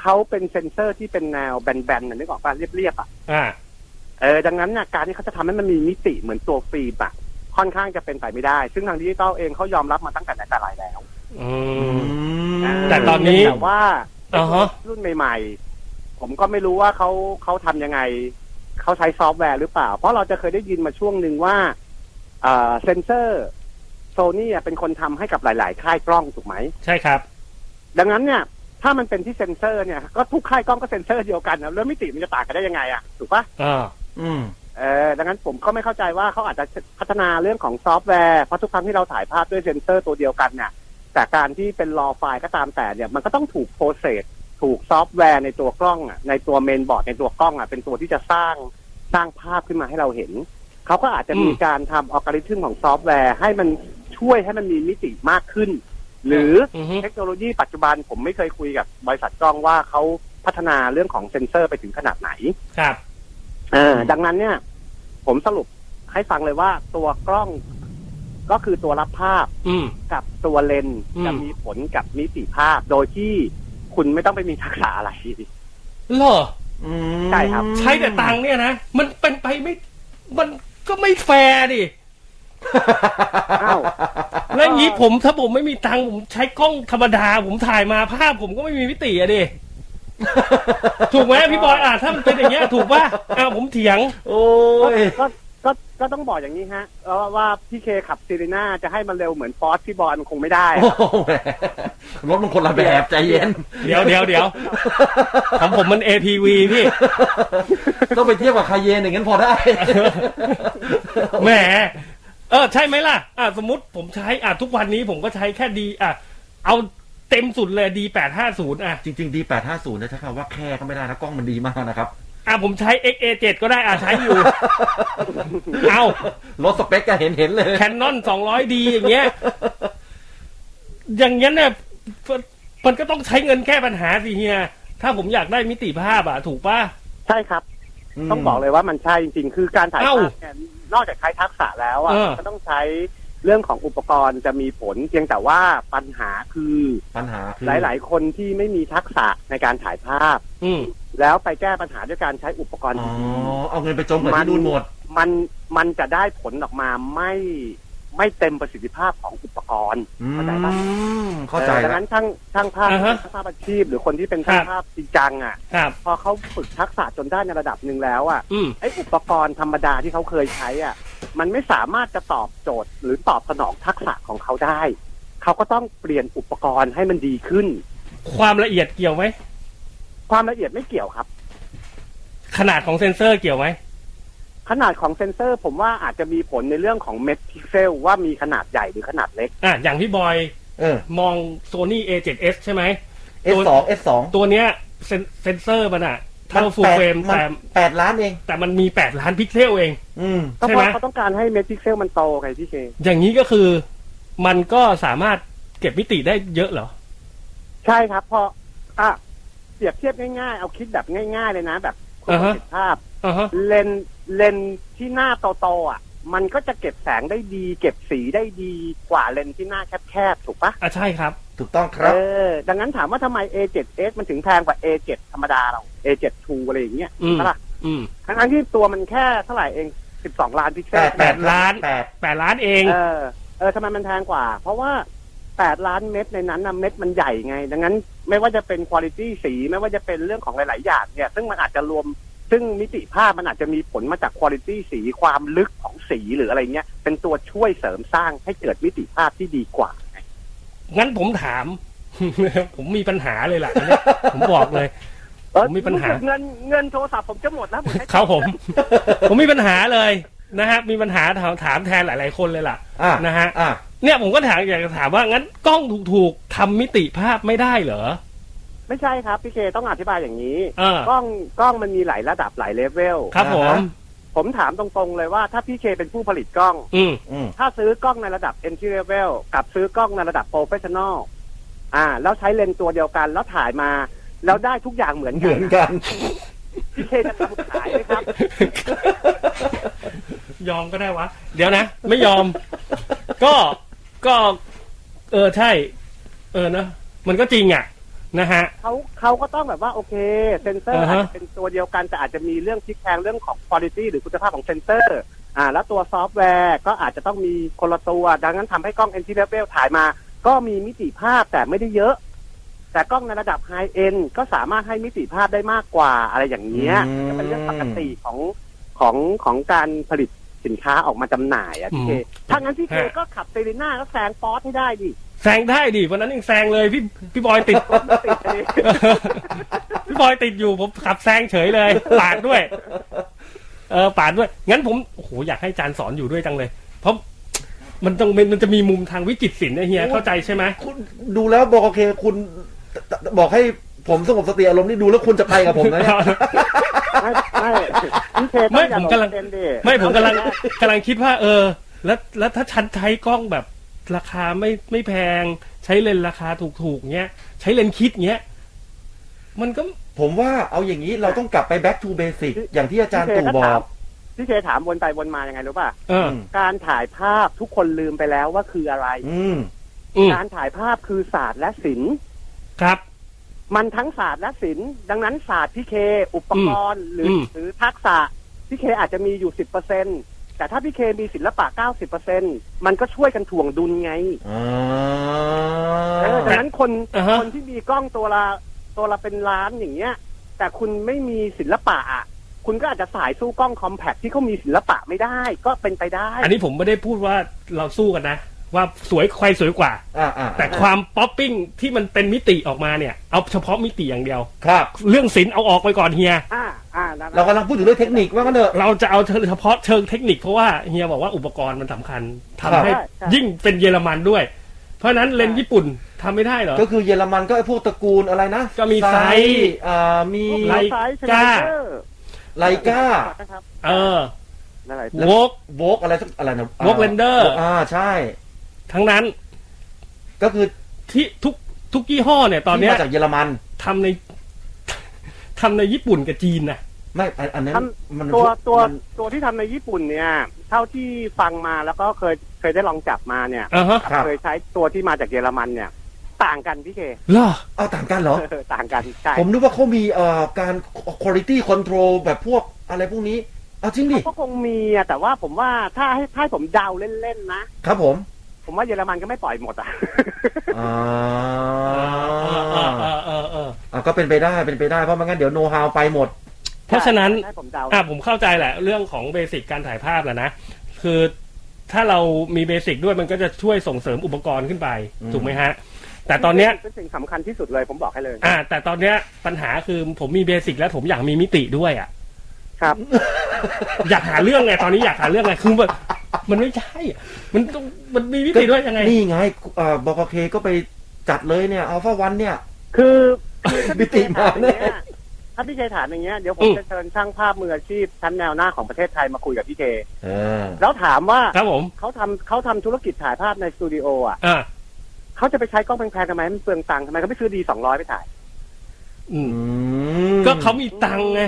[SPEAKER 6] เขาเป็นเซนเซอร์ที่เป็นแนวแบนๆน่ะนึกออกป่ะเรียบๆอ่ะ
[SPEAKER 4] อ่า
[SPEAKER 6] เออ ดังนั้นน่ะการที่เขาจะทำให้มันมีมิติเหมือนตัวฟิล์มอ่ะ ค่อนข้างจะเป็นไปไม่ได้ ซึ่งทางดิจิตอลเองเขายอมรับมาตั้งแต่ไหนแต่ไรแล้ว
[SPEAKER 4] อืม
[SPEAKER 6] า
[SPEAKER 4] แต่ตอนนี้
[SPEAKER 6] แต่ว่า
[SPEAKER 4] อ่าฮะ
[SPEAKER 6] รุ่นใหม่ ๆ ผมก็ไม่รู้ว่าเขาเขาทำยังไง เขาใช้ซอฟต์แวร์หรือเปล่า เพราะเราจะเคยได้ยินมาช่วงหนึ่งว่าเอ่อเซนเซอร์โซนี่ะเป็นคนทำให้กับหลาย ๆ ค่ายกล้องถูกไหม
[SPEAKER 4] ใช่ครับ
[SPEAKER 6] ดังนั้นเนี่ย ถ้ามันเป็นที่เซ็นเซอร์เนี่ย ก็ทุกค่ายกล้องก็เซ็นเซอร์เดียวกันนะแล้วมิติมันจะต่างกันได้ยังไงอะถูกปะ
[SPEAKER 4] อ่า
[SPEAKER 5] อืม
[SPEAKER 6] เออดังนั้นผมก็ไม่เข้าใจว่าเขาอาจจะพัฒนาเรื่องของซอฟต์แวร์เพราะทุกครั้งที่เราถ่ายภาพด้วยเซ็นเซอร์ตัวเดียวกันเนี่ยแต่การที่เป็นรอไฟล์ก็ตามแต่เนี่ย มันก็ต้องถูกโปรเซส ถูกซอฟต์แวร์ในตัวกล้องอ่ะในตัวเมนบอร์ดในตัวกล้องอ่ะเป็นตัวที่จะสร้างสร้างภาพขึ้นมาให้เราเห็น เขาก็อาจจะมี
[SPEAKER 4] อืม
[SPEAKER 6] การทำอัลกอริทึมของซอฟต์แวร์ ให้มันช่วยให้มันมีมิติมากขึ้น หรืออ
[SPEAKER 4] อฮึ
[SPEAKER 6] เทคโนโลยีปัจจุบันผมไม่เคยคุยกับบริษัทกล้องว่าเขาพัฒนาเรื่องของเซ็นเซอร์ไปถึงขนาดไหน
[SPEAKER 4] ครับ
[SPEAKER 6] เออดังนั้นเนี่ย ผมสรุปให้ฟังเลยว่าตัวกล้องก็คือตัวรับภาพ
[SPEAKER 4] อืม
[SPEAKER 6] กับตัวเลนส์
[SPEAKER 4] อืม
[SPEAKER 6] จะมีผลกับมิติภาพ โดยที่คุณไม่ต้องไปมีทักษะอะไร
[SPEAKER 4] เหรอ
[SPEAKER 5] อืม
[SPEAKER 6] ใช่ครับ
[SPEAKER 4] ใช้แต่ตังค์เนี่ยนะ มันเป็นไปไม่ มันก็ไม่แฟร์ดิ
[SPEAKER 6] อ้าว
[SPEAKER 4] แล้วอย่างนี้ผมถ้าผมไม่มีตังค์ผมใช้กล้องธรรมดา ผมถ่ายมาภาพผมก็ไม่มีมิติ
[SPEAKER 6] <laughs>
[SPEAKER 4] อะดิ ถูกไหมพี่บอยอ่ะถ้ามันเป็นอย่างเงี้ยถูกป่ะอ้าวผมเถียง
[SPEAKER 5] โอ้
[SPEAKER 6] ก็
[SPEAKER 5] ย
[SPEAKER 6] ก็ก็ก็ต้องบอกอย่างนี้ฮะแล้วว่าพี่เคขับซีรีน่าจะให้มันเร็วเหมือนฟอสพี่บอลคงไม่ได้
[SPEAKER 5] โอ้
[SPEAKER 6] อะ
[SPEAKER 5] โหแหมรถมันคนละแบบใจเย็น
[SPEAKER 4] เดี๋ยวเดี๋ยวเดี๋ยวของผมมัน ATV พี่
[SPEAKER 5] ต้องไปเทียบกับคาเยนอย่างนั้นพอได้
[SPEAKER 4] แหม เออใช่ไหมล่ะ อ่ะสมมติผมใช้อ่ะทุกวันนี้ผมก็ใช้แค่ดีอ่ะเอาเต็มสุดเลยดีแปดห้าศูนย์อ่ะ
[SPEAKER 5] <laughs> จริงๆ ดี850นะใช่คำว่าแค่ก็ไม่ได้นะกล้องมันดีมากนะครับ
[SPEAKER 4] อ่ะผมใช้ XA7 ก็ได้อ่ะใช้อยู่ เอา
[SPEAKER 5] รถสเปคก็เห็นเห็นๆเลย
[SPEAKER 4] แคนนอนสองร้อยดีอย่างเงี้ย อย่างเงี้ยเนี่ยมันมันก็ต้องใช้เงินแก้ปัญหาสิเฮีย ถ้าผมอยากได้มิติภาพอ่ะ ถูกป่ะ
[SPEAKER 6] ใช่ครับ ต้องบอกเลยว่ามันใช่จริงๆ คือการถ่าย
[SPEAKER 4] เอ้า
[SPEAKER 6] ภาพเนี่ยนอกจากใช้ทักษะแล้วอ่ะ
[SPEAKER 4] เออ
[SPEAKER 6] ก็ต้องใช้เรื่องของอุปกรณ์จะมีผล เพียงแต่ว่าปัญหาคือ
[SPEAKER 5] ปัญหาคือ
[SPEAKER 6] หลายๆ คนที่ไม่มีทักษะในการถ่ายภาพ
[SPEAKER 4] อืม
[SPEAKER 6] แล้วไปแก้ปัญหาด้วยการใช้อุปกรณ์
[SPEAKER 5] อ๋อ
[SPEAKER 6] ดี
[SPEAKER 5] เอาเงินไปจมกับที่นู่นหมด
[SPEAKER 6] ๆมันมันจะได้ผลออกมาไม่ไม่เต็มประสิทธิภาพของอุปกรณ์
[SPEAKER 5] อื
[SPEAKER 6] เข้าใจปะ
[SPEAKER 5] ม เข้าใจ
[SPEAKER 6] เออดัง
[SPEAKER 5] แล้ว
[SPEAKER 6] นั้นช่างช่างภาพ
[SPEAKER 4] อ่าฮะ
[SPEAKER 6] ช่างภาพอาชีพ หรือคนที่เป็นช่างภาพจริงจังอ่ะ
[SPEAKER 4] ครับ
[SPEAKER 6] พอเขาฝึกทักษะจนได้ในระดับหนึ่งแล้วอ่ะ
[SPEAKER 4] อืม
[SPEAKER 6] ไอ้อุปกรณ์ธรรมดาที่เขาเคยใช้อ่ะ มันไม่สามารถจะตอบโจทย์หรือตอบสนองทักษะของเขาได้ เขาก็ต้องเปลี่ยนอุปกรณ์ให้มันดีขึ้น
[SPEAKER 4] ความละเอียดเกี่ยวไหม
[SPEAKER 6] ความละเอียดไม่เกี่ยวครับ
[SPEAKER 4] ขนาดของเซนเซอร์เกี่ยวไหม
[SPEAKER 6] ขนาดของเซนเซอร์ผมว่าอาจจะมีผลในเรื่องของเม็ดพิกเซลว่ามีขนาดใหญ่หรือขนาดเล็ก
[SPEAKER 4] อ่ะอย่างพี่บอย
[SPEAKER 5] เออ
[SPEAKER 4] มอง Sony A7S ใช่ไหม
[SPEAKER 5] S2 S2
[SPEAKER 4] ตัวเนี้ยเซนเซนเซอร์มันอะเท่าฟูลเฟรมแต่
[SPEAKER 5] แปดล้านเอง
[SPEAKER 4] แต่มันมี 8 ล้านพิกเซลเอง
[SPEAKER 5] อืม
[SPEAKER 6] ก็
[SPEAKER 4] ใช่
[SPEAKER 6] เพ
[SPEAKER 4] ไหม
[SPEAKER 6] ราะเขาต้องการให้เม็ดพิกเซลมันโตไงพี่เค
[SPEAKER 4] อย่างนี้ก็คือมันก็สามารถเก็บมิติได้เยอะเหรอ
[SPEAKER 6] ใช่ครับ เพราะอ่ะเปรียบเทียบง่ายๆ เอาคิดแบบง่าย ๆ เลยนะ แบบคน
[SPEAKER 4] อ่าฮะ
[SPEAKER 6] เห็นภาพ
[SPEAKER 4] อ่าฮะ
[SPEAKER 6] เลนส์เลนส์ที่หน้าโตๆอ่ะ มันก็จะเก็บแสงได้ดี เก็บสีได้ดีกว่าเลนส์ที่หน้าแคบๆถูกปะ
[SPEAKER 4] อ่ะใช่ครับ
[SPEAKER 5] ถูกต้องค
[SPEAKER 6] เอ
[SPEAKER 5] รับ
[SPEAKER 6] อ ดังนั้นถามว่าทำไม A7S มันถึงแพงกว่า A7 ธรรมดาเรา A7 II อะไรอย่างเงี้ย
[SPEAKER 4] อืม
[SPEAKER 6] ใช่ปะ
[SPEAKER 4] อืม
[SPEAKER 6] ทั้งๆที่ตัวมันแค่เท่าไหร่เอง 12 ล้านพิกเซล
[SPEAKER 5] แปด
[SPEAKER 4] 8ล้าน
[SPEAKER 5] แปด
[SPEAKER 4] 8 ล้านเอง
[SPEAKER 6] เออเออทำไมมันแพงกว่า เพราะว่า 8 ล้านเม็ดในนั้นนะเม็ดมันใหญ่ไง ดังนั้นไม่ว่าจะเป็นคุณภาพสีไม่ว่าจะเป็นเรื่องของหลาย ๆ อย่างเนี่ย ซึ่งมันอาจจะรวม ซึ่งมิติภาพมันอาจจะมีผลมาจากคุณภาพสีความลึกของสีหรืออะไรเงี้ย เป็นตัวช่วยเสริมสร้างให้เกิดมิติภาพที่ดีกว่าไง
[SPEAKER 4] งั้นผมถาม <laughs> ผมมีปัญหาเลยล่ะอันเนี้ยผมบอกเลย ผมมีปัญหา
[SPEAKER 6] เออรู้สึกเงินเงินโทรศัพท์ผมจะหมดแล้วผมใช้
[SPEAKER 4] ครับผม ผมมีปัญหาเลยนะฮะ มีปัญหาถามถามแทนหลาย ๆ คนเลยล่ะ
[SPEAKER 5] อ่ะ
[SPEAKER 4] นะฮะ
[SPEAKER 5] อ่ะ
[SPEAKER 4] เนี่ยผมก็ถามอยากจะถามว่างั้นกล้องถูกๆทำมิติภาพไม่ได้เหรอ
[SPEAKER 6] ไม่ใช่ครับพี่เคต้องอธิบายอย่างนี้
[SPEAKER 4] เออ
[SPEAKER 6] กล้องกล้องมันมีหลายระดับหลายเลเวล
[SPEAKER 4] ครับผม
[SPEAKER 5] อ่าฮะ
[SPEAKER 6] ผมถามตรงๆเลยว่าถ้าพี่เคเป็นผู้ผลิตกล้อง
[SPEAKER 4] อืม
[SPEAKER 5] อืม
[SPEAKER 6] ถ้าซื้อกล้องในระดับ entry level กับซื้อกล้องในระดับ professional อ่า แล้วใช้เลนส์ตัวเดียวกันแล้วถ่ายมา แล้วได้ทุกอย่างเหมือน
[SPEAKER 5] เหมื
[SPEAKER 6] กัน
[SPEAKER 5] อนกัน
[SPEAKER 6] พี่เคจะทำขายไหมครับ
[SPEAKER 4] ยอมก็ได้วะ เดี๋ยวนะ ไม่ยอม <laughs> ก็ ก็ เออ ใช่ เออนะ มันก็จริงอ่ะ นะฮะ
[SPEAKER 6] เขาเขาก็ต้องแบบว่าโอเค เซนเซอร์
[SPEAKER 4] อ่าฮะ
[SPEAKER 6] อาจจะเป็นตัวเดียวกัน แต่อาจจะมีเรื่องพลิกแพลงเรื่องของคุณภาพหรือคุณภาพของเซนเซอร์ อ่า แล้วตัวซอฟต์แวร์ก็อาจจะต้องมีคนละตัว ดังนั้นทำให้กล้อง entry level ถ่ายมา ก็มีมิติภาพแต่ไม่ได้เยอะ แต่กล้องในระดับ high end ก็สามารถให้มิติภาพได้มากกว่าอะไรอย่างเงี้ย
[SPEAKER 5] อืม
[SPEAKER 6] จะเป็นเรื่องปกติของของของการผลิตสินค้าออกมาจำหน่ายอะพี่เค
[SPEAKER 4] อืม
[SPEAKER 6] ถ้างั้นพี่เค
[SPEAKER 4] ฮะ
[SPEAKER 6] ก็ขับเซรีน่าก็แซงฟอสให้ได้
[SPEAKER 4] <laughs>
[SPEAKER 6] ดิ
[SPEAKER 4] แซงได้ดิ วันนั้นยังแซงเลย พี่ พี่บอยติด <laughs>
[SPEAKER 6] ติดเลย
[SPEAKER 4] พี่บอยติดอยู่ ผมขับแซงเฉยเลย ปาดด้วย เออ ปาดด้วย งั้นผม โอ้โห อยากให้อาจารย์สอนอยู่ด้วยจังเลย เพราะ มันต้องเป็นมันจะมีมุมทางวิจิตรศิลป์นะเฮีย เข้าใจใช่ไหม
[SPEAKER 5] คุณดูแล้วบอกโอเค คุณบอกให้ ผมสงบสติอารมณ์นี่ดูแล้วคุณจะไปกับผมนะเนี่ย
[SPEAKER 4] <laughs>
[SPEAKER 6] ไม่ไม่พี่เค
[SPEAKER 4] ไม่
[SPEAKER 6] ต้องอ
[SPEAKER 4] ผ
[SPEAKER 6] ย่า
[SPEAKER 4] มกำ
[SPEAKER 6] หล
[SPEAKER 4] ลัง
[SPEAKER 6] งเทรนดิ
[SPEAKER 4] ไม่ผมกำลัง <laughs> กำลังคิดว่า เออ แล้วแล้วถ้าฉันใช้กล้องแบบราคาไม่ไม่แพง ใช้เลนส์ราคาถูกๆเงี้ยใช้เลนส์คิดเงี้ยมันก็
[SPEAKER 5] ผมว่าเอาอย่างนี้เราต้องกลับไป back to basic อย่างที่อาจารย์ตู่บอก
[SPEAKER 6] พี่เคถามวนไปวนมายังไงรู้ป่ะ
[SPEAKER 4] เออ
[SPEAKER 6] การถ่ายภาพทุกคนลืมไปแล้วว่าคืออะไร
[SPEAKER 5] อืม
[SPEAKER 4] อืม
[SPEAKER 6] การถ่ายภาพคือศาสตร์และศิลป์
[SPEAKER 4] ครับ
[SPEAKER 6] มันทั้งศาสตร์และศิลป์ดังนั้นศาสตร์พี่เคอุปกรณ์หรืออ
[SPEAKER 4] ม
[SPEAKER 6] หรือทักษะพี่เคอาจจะมีอยู่สิบเปอร์เซ็นแต่ถ้าพี่เคมีศิลปะเก้าสิบเปอร์เซ็นมันก็ช่วยกันถ่วงดุลไง
[SPEAKER 5] อ่า
[SPEAKER 6] เออดังนั้นคน
[SPEAKER 4] อ่าฮะ
[SPEAKER 6] คนที่มีกล้องตัวละตัวละเป็นล้านอย่างเงี้ย แต่คุณไม่มีศิลปะอะคุณก็อาจจะสายสู้กล้องคอมแพคที่เขามีศิลปะไม่ได้ ก็เป็นไปได้
[SPEAKER 4] อันนี้ผมไม่ได้พูดว่าเราสู้กันนะ ว่าสวยใครสวยกว่า
[SPEAKER 5] อ่าอ่า
[SPEAKER 4] แต่ความป๊อปปิ้งที่มันเป็นมิติออกมาเนี่ย เอาเฉพาะมิติอย่างเดียว
[SPEAKER 5] ครับ
[SPEAKER 4] เรื่องศิลป์เอาออกไปก่อนเฮีย
[SPEAKER 6] อ่าอ่านั่นแหละ
[SPEAKER 5] เรากำลังพูดถึงเรื่องเทคนิคว่ากันเถอะ
[SPEAKER 4] เราจะเอาเฉพาะเชิงเทคนิคเพราะว่าเฮียบอกว่าอุปกรณ์มันสำคัญทำให้
[SPEAKER 6] ใช่ใช่
[SPEAKER 4] ยิ่งเป็นเยอรมันด้วย เพราะฉะนั้นเลนส์ญี่ปุ่นทำไม่ได้เหรอ
[SPEAKER 5] ก็คือเยอรมันก็ไอ้พวกตระกูลอะไรนะ
[SPEAKER 4] ก็มีไซส์
[SPEAKER 5] อ่า มี
[SPEAKER 4] ไล
[SPEAKER 6] ซ้าย
[SPEAKER 4] กล้า
[SPEAKER 6] เชนเดอร์
[SPEAKER 5] ไลกา
[SPEAKER 6] นะครับ
[SPEAKER 4] เออ
[SPEAKER 6] นั่นแหละ
[SPEAKER 4] วก
[SPEAKER 5] โวกอะไรสักอะไรนะา
[SPEAKER 4] Vogue Blender
[SPEAKER 5] อ่า ใช่
[SPEAKER 4] ทั้งนั้น
[SPEAKER 5] ก็คือ
[SPEAKER 4] ที่ทุกทุกยี่ห้อเนี่ยตอนเนี้ย
[SPEAKER 5] ที่มาจากเยอรมัน
[SPEAKER 4] ทำใน ทำในญี่ปุ่นกับจีนนะ
[SPEAKER 5] ไม่อันอันนั้น
[SPEAKER 6] ทำ
[SPEAKER 5] มัน
[SPEAKER 6] ตัวตัว
[SPEAKER 5] มัน
[SPEAKER 6] ตัวที่ทำในญี่ปุ่นเนี่ย เท่าที่ฟังมาแล้วก็เคยเคยได้ลองจับมาเนี่ย
[SPEAKER 4] อ่าฮะ
[SPEAKER 5] ครับ
[SPEAKER 6] เคยใช้ตัวที่มาจากเยอรมันเนี่ย ต่างกันพี่เค <laughs>
[SPEAKER 4] เหรอ
[SPEAKER 5] เอาต่างกันเหรอ
[SPEAKER 6] ต่างกันใช่
[SPEAKER 5] ผมนึกว่าเขามีเอ่อการ quality control แบบพวกอะไรพวกนี้ เอาจริงดิ
[SPEAKER 6] ก็คงมีอะแต่ว่าผมว่าถ้าให้ถ้าให้ผมเดาเล่นๆนะครับ
[SPEAKER 5] ผม
[SPEAKER 6] ผมว่าเยอรมันก็ไม่ปล่อยหมดอ่ะ
[SPEAKER 5] อ่
[SPEAKER 4] เ
[SPEAKER 5] า
[SPEAKER 4] ออเออเออเออ
[SPEAKER 5] อ่าก็เป็นไปได้เป็นไปได้เพราะไม่งั้นเดี๋ยวโนฮาวไปหมด
[SPEAKER 4] <laughs> เพราะฉะนั้น
[SPEAKER 6] ให้ผมเดา
[SPEAKER 4] อ่ะผมเข้าใจแหละเรื่องของเบสิกการถ่ายภาพแหละนะ คือถ้าเรามีเบสิกด้วยมันก็จะช่วยส่งเสริมอุปกรณ์ขึ้นไป
[SPEAKER 5] อืม
[SPEAKER 4] ถูกไหมฮะ แต่ตอนเนี้ย
[SPEAKER 6] เป็นสิ่งสำคัญที่สุดเลยผมบอกให้เลย
[SPEAKER 4] อ่า แต่ตอนเนี้ยปัญหาคือผมมีเบสิกแล้วผมอยากมีมิติด้วยอ่ะ
[SPEAKER 6] ครับ
[SPEAKER 4] อยากหาเรื่องไงตอนนี้อยากหาเรื่องไงคือแบบมันไม่ใช่อะมันต้องมันมีมิติด้วยยังไง
[SPEAKER 5] นี่ไงเอ่อบกเคก็ไปจัดเลยเนี่ยอัลฟาวันเนี่ย
[SPEAKER 6] คือคือถ้าพี่เค
[SPEAKER 5] มิติมาแน่
[SPEAKER 6] ถอย่างเงี้ยถ้าพี่เคถามอย่างเงี้ยเดี๋ยวผ
[SPEAKER 4] อื
[SPEAKER 6] ม
[SPEAKER 4] ม
[SPEAKER 6] จะเชิญช่างภาพมืออาชีพชั้นแนวหน้าของประเทศไทยมาคุยกับพี่เค
[SPEAKER 5] เออ
[SPEAKER 6] แล้วถามว่า
[SPEAKER 4] ครับผม
[SPEAKER 6] เขาทำเขาทำธุรกิจถ่ายภาพในสตูดิโออ่ะ
[SPEAKER 4] อ่า
[SPEAKER 6] เขาจะไปใช้กล้องแพงๆทำไมให้มันเปลืองตังค์ทำไมเขาไม่ซื้อดีสองร้อยไปถ่าย
[SPEAKER 4] อืม
[SPEAKER 5] อืม
[SPEAKER 4] ก็เขามีตังค์ไง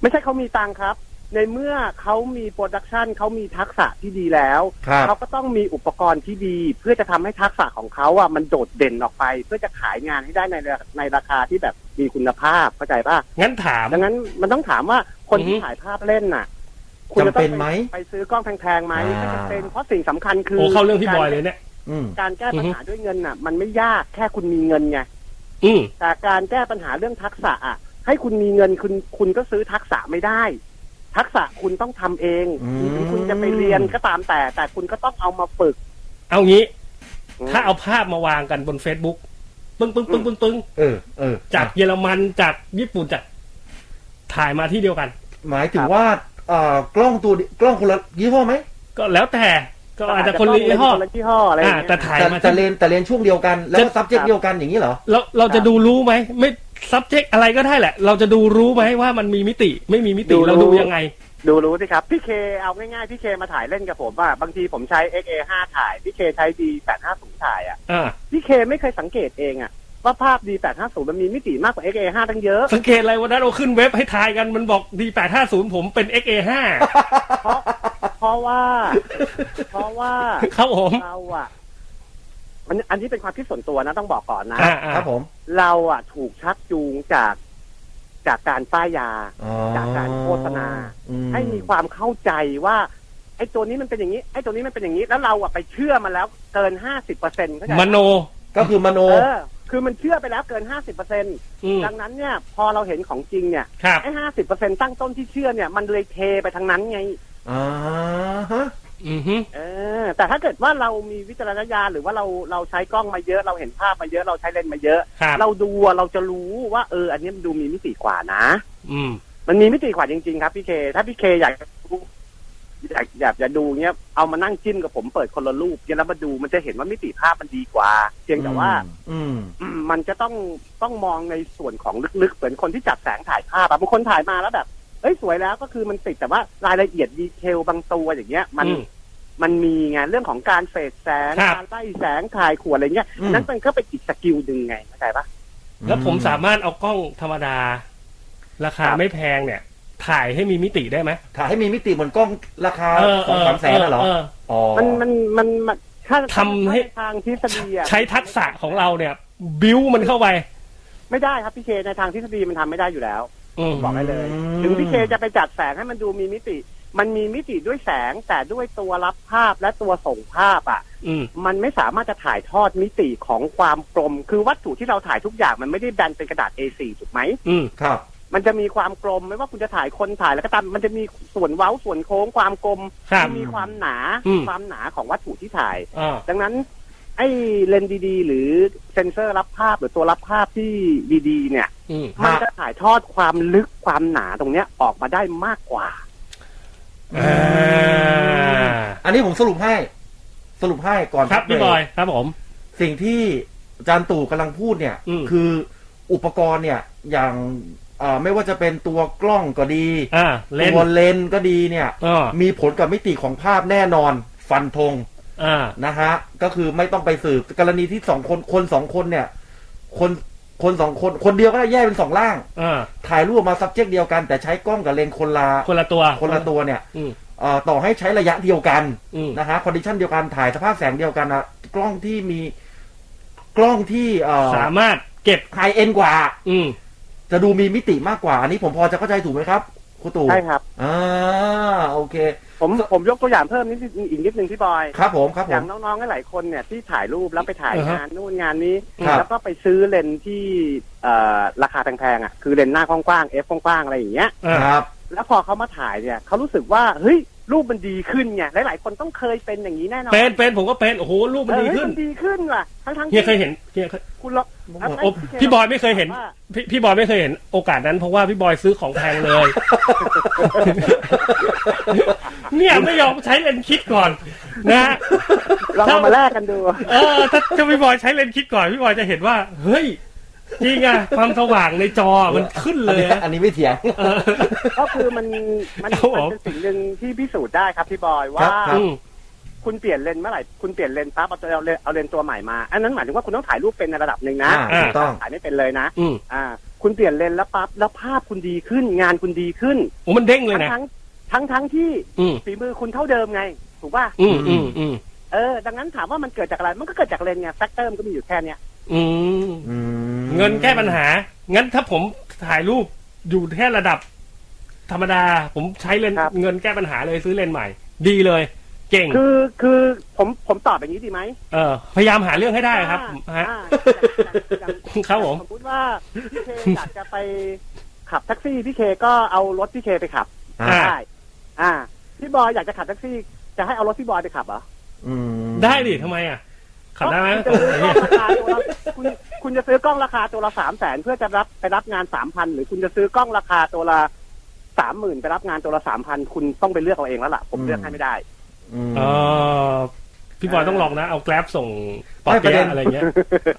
[SPEAKER 6] ไม่ใช่เขามีตังค์ครับ ในเมื่อเขามีโปรดักชันเขามีทักษะที่ดีแล้ว
[SPEAKER 5] ครับ
[SPEAKER 6] เขาก็ต้องมีอุปกรณ์ที่ดี เพื่อจะทำให้ทักษะของเขาอ่ะมันโดดเด่นออกไป เพื่อจะขายงานให้ได้ในราในราคาที่แบบมีคุณภาพเข้าใจป่ะ
[SPEAKER 4] งั้นถาม
[SPEAKER 6] ดังนั้นมันต้องถามว่าคนที่
[SPEAKER 4] อือฮึ
[SPEAKER 6] ถ่ายภาพเล่นน่ะ
[SPEAKER 5] จำเป็น
[SPEAKER 6] ไป
[SPEAKER 5] ไหม
[SPEAKER 6] ไปซื้อกล้องแพงๆไหม
[SPEAKER 5] อ่า
[SPEAKER 6] จำเป็นเพราะสิ่งสำคัญคือ
[SPEAKER 4] โอ้เข้าเรื่องพี่บอยเลยเนี่ย
[SPEAKER 5] อืม
[SPEAKER 6] การแก้ปัญหาด้วยเงินน่ะ มันไม่ยากแค่คุณมีเงินไง
[SPEAKER 4] อืม
[SPEAKER 6] แต่การแก้ปัญหาเรื่องทักษะอ่ะ ให้คุณมีเงินคุณคุณก็ซื้อทักษะไม่ได้ ทักษะคุณต้องทำเองถึงคุณจะไปเรียนก็ตามแต่ แต่คุณก็ต้องเอามาฝึก
[SPEAKER 4] เอางี้ ถ้าเอาภาพมาวางกันบน Facebook ปึ้งปึ้งปึ้งปึ้งปึ้ง
[SPEAKER 5] เออเออ
[SPEAKER 4] จากเยอรมันจากญี่ปุ่นจากถ่ายมาที่เดียวกัน
[SPEAKER 5] หมายถึงว่าเอ่อกล้องตัวเดียวกล้องคนละยี่ห้อไหม
[SPEAKER 4] ก็แล้วแต่ก็อาจจะคนละยี่ห้อ
[SPEAKER 6] คนละยี่ห้ออะไรอย่า
[SPEAKER 4] อ่าง
[SPEAKER 6] เงี้ย
[SPEAKER 4] แต่ถ่าย
[SPEAKER 5] แต่
[SPEAKER 4] มา
[SPEAKER 5] แต่เล
[SPEAKER 4] ที่
[SPEAKER 5] นแต่เลนช่วงเดียวกัน แล้วก็ subject เดียวกันอย่างนี้เหรอ
[SPEAKER 4] เราเรา
[SPEAKER 6] ครับ
[SPEAKER 4] จะดูรู้ไหมไม่ subject อะไรก็ได้แหละ เราจะดูรู้ไหมว่ามันมีมิติ ไม่มีมิติ
[SPEAKER 6] ดู
[SPEAKER 4] เราดู
[SPEAKER 6] รู้
[SPEAKER 4] ยังไง
[SPEAKER 6] ดูรู้สิครับ พี่เคเอาง่ายๆ พี่เคมาถ่ายเล่นกับผมว่าบางทีผมใช้ XA5 ถ่าย พี่เคใช้ D850 ถ่ายอ่ะ
[SPEAKER 4] อ่า
[SPEAKER 6] พี่เคไม่เคยสังเกตเองอ่ะ ว่าภาพ D850 มันมีมิติมากกว่า XA5 ตั้งเยอะ
[SPEAKER 4] สังเกตอะไรวันนั้นเราขึ้นเว็บให้ทายกันมันบอก D850 ผมเป็น XA5
[SPEAKER 6] เพราะ
[SPEAKER 4] <laughs>
[SPEAKER 6] ว่า เพราะว่า
[SPEAKER 4] ครับผม
[SPEAKER 6] เราอะอันอันนี้เป็นความคิดส่วนตัวนะต้องบอกก่อนนะ
[SPEAKER 4] อ่าอ่า
[SPEAKER 5] ครับผม
[SPEAKER 6] เราอะถูกชักจูงจากจากการป้ายยา
[SPEAKER 5] อ๋อ
[SPEAKER 6] จากการโฆษณา
[SPEAKER 5] อื
[SPEAKER 6] ให้มีความเข้าใจว่าไอ้ตัวนี้มันเป็นอย่างนี้ไอ้ตัวนี้มันเป็นอย่างนี้ แล้วเราอะไปเชื่อมันแล้วเกินห้าสิบเปอร์เซ็นต์
[SPEAKER 4] มโน
[SPEAKER 5] ก็คือมโน
[SPEAKER 6] เออ คือมันเชื่อไปแล้วเกินห้าสิบเปอร์เซ็นต์
[SPEAKER 4] อืม
[SPEAKER 6] ดังนั้นเนี่ย พอเราเห็นของจริงเนี่ย
[SPEAKER 4] ครับ
[SPEAKER 6] ไอ้ห้าสิบเปอร์เซ็นต์ตั้งต้นที่เชื่อเนี่ย มันเลยเทไปทางนั้นไง
[SPEAKER 5] อ่าฮะ
[SPEAKER 4] อือฮึ
[SPEAKER 6] เออแต่ถ้าเกิดว่าเรามีวิจารณญาณหรือว่าเราเราใช้กล้องมาเยอะ เราเห็นภาพมาเยอะเราใช้เลนส์มาเยอะ
[SPEAKER 4] ครับ
[SPEAKER 6] เราดูอะเราจะรู้ว่าเออ อันนี้มันดูมีมิติกว่านะ
[SPEAKER 4] อืม
[SPEAKER 6] มันมีมิติกว่าจริง ๆ ครับพี่เค ถ้าพี่เคอยากรู้ อยากอยากจะดูเนี้ยเอามานั่งจิ้มกับผมเปิดคนละรูปเนี่ยแล้วมาดูมันจะเห็นว่ามิติภาพมันดีกว่า เพียงแต่ว่า
[SPEAKER 5] อืม
[SPEAKER 6] อืมมันจะต้องต้องมองในส่วนของลึกๆ เหมือนคนที่จับแสงถ่ายภาพอะบางคนถ่ายมาแล้วแบบเอ้ยสวยแล้วก็คือมันติดแต่ว่ารายละเอียดดีเทลบางตัวอย่างเงี้ย มัน
[SPEAKER 4] อืม
[SPEAKER 6] มันมีไงเรื่องของการเฟดแสง
[SPEAKER 4] ครับ
[SPEAKER 6] การไล่แสงถ่ายขวดอะไรเงี้ย
[SPEAKER 5] อืม
[SPEAKER 6] อันนั้นมันก็เป็นอีกสกิลหนึ่งไงเข้าใจปะ
[SPEAKER 4] แล้วผมสามารถเอากล้องธรรมดา ราคา
[SPEAKER 6] ครับ
[SPEAKER 4] ไม่แพงเนี่ย ถ่ายให้มีมิติได้ไหม
[SPEAKER 5] ถ่ายให้มีมิติเหมือนกล้องราคา
[SPEAKER 4] เออ
[SPEAKER 5] สองสามแสนน่ะเหรอ
[SPEAKER 4] เออ
[SPEAKER 5] อ๋อ
[SPEAKER 6] มันมันมันมันถ้า
[SPEAKER 4] ทำให้
[SPEAKER 6] ทางทฤษฎีอะ
[SPEAKER 4] ใช้ทักษะของเราเนี่ย บิ้วมันเข้าไป
[SPEAKER 6] ไม่ได้ครับพี่เคในทางทฤษฎีมันทำไม่ได้อยู่แล้ว
[SPEAKER 4] อืม
[SPEAKER 6] บอกได้เลย ถึงพี่เคจะไปจัดแสงให้มันดูมีมิติ มันมีมิติด้วยแสงแต่ด้วยตัวรับภาพและตัวส่งภาพอ่ะ
[SPEAKER 4] อืม
[SPEAKER 6] มันไม่สามารถจะถ่ายทอดมิติของความกลม คือวัตถุที่เราถ่ายทุกอย่างมันไม่ได้แบนเป็นกระดาษ A4 ถูกไหม
[SPEAKER 4] อืม
[SPEAKER 5] ครับ
[SPEAKER 6] มันจะมีความกลมไม่ว่าคุณจะถ่ายคนถ่ายแล้วก็ตาม มันจะมีส่วนเว้าส่วนโค้งความกลม
[SPEAKER 4] ครับ
[SPEAKER 6] มันมีความหนา
[SPEAKER 4] อืม
[SPEAKER 6] ความหนาของวัตถุที่ถ่าย
[SPEAKER 4] อ่า
[SPEAKER 6] ดังนั้น ไอ้เลนส์ดีๆ หรือเซ็นเซอร์รับภาพหรือตัวรับภาพที่ดีๆ เนี่ย
[SPEAKER 4] อืม
[SPEAKER 6] มันจะถ่ายทอดความลึกความหนาตรงเนี้ยออกมาได้มากกว่า
[SPEAKER 4] อ่า
[SPEAKER 5] อันนี้ผมสรุปให้ สรุปให้ก่อน
[SPEAKER 4] ครับพี่
[SPEAKER 5] เก
[SPEAKER 4] บอยครับผม
[SPEAKER 5] สิ่งที่อาจารย์ตู่กำลังพูดเนี่ย
[SPEAKER 4] อืม
[SPEAKER 5] คืออุปกรณ์เนี่ย อย่างเอ่อไม่ว่าจะเป็นตัวกล้องก็ดี
[SPEAKER 4] อ่า เล่น
[SPEAKER 5] ตัวเลนส์ก็ดีเนี่ย
[SPEAKER 4] อ่า
[SPEAKER 5] มีผลกับมิติของภาพแน่นอน ฟันธง
[SPEAKER 4] อ่า
[SPEAKER 5] นะฮะก็คือไม่ต้องไปสืบกรณีที่สองคนคนสองคนเนี่ย คนคนสองคนคนเดียวก็ได้แยกเป็นสองล่าง
[SPEAKER 4] อ่า
[SPEAKER 5] ถ่ายรูปออกมา subject เดียวกัน แต่ใช้กล้องกับเลนส์คนละ
[SPEAKER 4] คนละตัว
[SPEAKER 5] คนละตัวเนี่ย
[SPEAKER 4] อืม
[SPEAKER 5] เอ่อต่อให้ใช้ระยะเดียวกัน
[SPEAKER 4] อืม
[SPEAKER 5] นะฮะคอนดิชันเดียวกันถ่ายสภาพแสงเดียวกันนะกล้องที่มีกล้องที่
[SPEAKER 4] สามารถเก็บ
[SPEAKER 5] ไฮเอ็นกว่า
[SPEAKER 4] อืม
[SPEAKER 5] จะดูมีมิติมากกว่า อันนี้ผมพอจะเข้าใจถูกไหมครับคุณตู่
[SPEAKER 6] ใช่ครับ
[SPEAKER 5] อ่าโอเค
[SPEAKER 6] ผมผมยกตัวอย่างเพิ่มนิดอีกนิดนึงพี่บอย
[SPEAKER 5] ครับผมครับผ
[SPEAKER 6] อย่าง
[SPEAKER 5] ม
[SPEAKER 6] น้องๆหลายๆคนเนี่ยที่ถ่ายรูปแล้วไปถ่าย
[SPEAKER 4] อ่าฮะ
[SPEAKER 6] งานนู่นงานนี้
[SPEAKER 5] ครับ
[SPEAKER 6] แล้วก็ไปซื้อเลนส์ที่เอ่อราคาแพงๆอ่ะคือเลนส์หน้ากว้างๆเอฟกว้างๆอะไรอย่างเงี้ย
[SPEAKER 4] อ่า
[SPEAKER 5] ครับ
[SPEAKER 6] แล้วพอเขามาถ่ายเนี่ยเขารู้สึกว่าเฮ้ยรูปมันดีขึ้นไงหลายๆคนต้องเคยเป็นอย่างนี้แน่นอน
[SPEAKER 4] เป็นเป็นผมก็เป็น โอ้โห รูปมัน
[SPEAKER 6] เออ
[SPEAKER 4] ดี
[SPEAKER 6] เฮ้ย
[SPEAKER 4] ขึ้น
[SPEAKER 6] มันดีขึ้นว่ะทั้งๆ
[SPEAKER 4] เฮียเคย
[SPEAKER 6] ที่
[SPEAKER 4] เห็นเฮียเคย
[SPEAKER 6] คุณลองะ
[SPEAKER 4] โอ้พี่บอยไม่เคยเห็น
[SPEAKER 6] ว่า
[SPEAKER 4] พี่พี่บอยไม่เคยเห็นโอกาสนั้นเพราะว่าพี่บอยซื้อของแพงเลย เนี่ยไม่ยอมใช้เลนส์คิดก่อน นะฮะ
[SPEAKER 6] เราเอามาแลกกันดู
[SPEAKER 4] เออถ้าถ้าพี่บอยใช้เลนส์คิดก่อนพี่บอยจะเห็นว่า เฮ้ยจริงอะความสว่างในจอมันขึ้นเลย
[SPEAKER 5] อันนี้อันนี้ไม่เถียง
[SPEAKER 4] เออ
[SPEAKER 6] ก็คือมันมัน
[SPEAKER 4] ครับผม
[SPEAKER 6] มันเป็นสิ่งหนึ่งที่พิสูจน์ได้ครับพี่บอยว่า
[SPEAKER 5] ครั
[SPEAKER 4] อื
[SPEAKER 5] บ
[SPEAKER 4] ม
[SPEAKER 6] คุณเปลี่ยนเลนส์เมื่อไหร่คุณเปลี่ยนเลนส์ปั๊บเอาตัวเอาเลนส์เอาเลนส์ตัวใหม่มาอันนั้นหมายถึงว่าคุณต้องถ่ายรูปเป็นในระดับหนึ่งนะ
[SPEAKER 5] อ่าถูกต้อง
[SPEAKER 6] ถ่ายไม่เป็นเลยนะ
[SPEAKER 4] อืม
[SPEAKER 6] อ่า คุณเปลี่ยนเลนส์แล้วปั๊บแล้วภาพคุณดีขึ้น งานคุณดีขึ้น
[SPEAKER 4] โอ้มันเด้งเลย
[SPEAKER 6] ทั้ง
[SPEAKER 4] นะ
[SPEAKER 6] ทั้งทั้งทั้งที่
[SPEAKER 4] อืม
[SPEAKER 6] ฝีมือคุณเท่าเดิมไง ถูกป่ะ
[SPEAKER 4] อืมอืมอืม
[SPEAKER 6] เออดังนั้นถามว่ามันเกิดจากอะไร มันก็เกิดจากเลนส์ไงแฟกเตอร์มันก็มีอยู่แค่เนี้ย
[SPEAKER 4] อืม
[SPEAKER 5] อืม
[SPEAKER 4] เงินแก้ปัญหา งั้นถ้าผมถ่ายรูปอยู่แค่ระดับ ธรรมดา ผมใช้เลนส์เงินแก้ปัญหาเลยซื้อเลนส์ใหม่ ดีเลย เก่ง
[SPEAKER 6] คือคือผมผมตอบอย่างนี้ดีไหม
[SPEAKER 4] เออ พยายามหาเรื่องให้ได้ครับ
[SPEAKER 6] อ่า
[SPEAKER 4] ฮะ
[SPEAKER 6] อ่าอย่างอย่างอย่าง
[SPEAKER 4] ครับผม
[SPEAKER 6] สมมติว่าพี่เคอยากจะไปขับแท็กซี่พี่เคก็เอารถพี่เคไปขับ
[SPEAKER 5] อ่า
[SPEAKER 4] อ่า
[SPEAKER 6] ได้ อ่า พี่บอยอยากจะขับแท็กซี่ จะให้เอารถพี่บอยไปขับเหรอ
[SPEAKER 5] อืม
[SPEAKER 4] ได้ดิทำไมอ่ะ ขับได้ไหม
[SPEAKER 6] คุณจะซื้อกล้องราคาตัวละคุณคุณจะซื้อกล้องราคาตัวละสามแสนเพื่อจะรับไปรับงานสามพันหรือคุณจะซื้อกล้องราคาตัวละสามหมื่นไปรับงานตัวละสามพันคุณต้องไปเลือกเอาเองแล้วล่ะ ผม
[SPEAKER 5] อืม
[SPEAKER 6] เลือกให้ไม่ได้
[SPEAKER 5] อืม
[SPEAKER 4] เออพี่บอยต้องลองนะ เอาแกลบส่งปอ
[SPEAKER 5] ไม่ป
[SPEAKER 4] เปี๊
[SPEAKER 5] ระเด็
[SPEAKER 4] ยะ
[SPEAKER 5] น
[SPEAKER 4] อะไรเงี้ย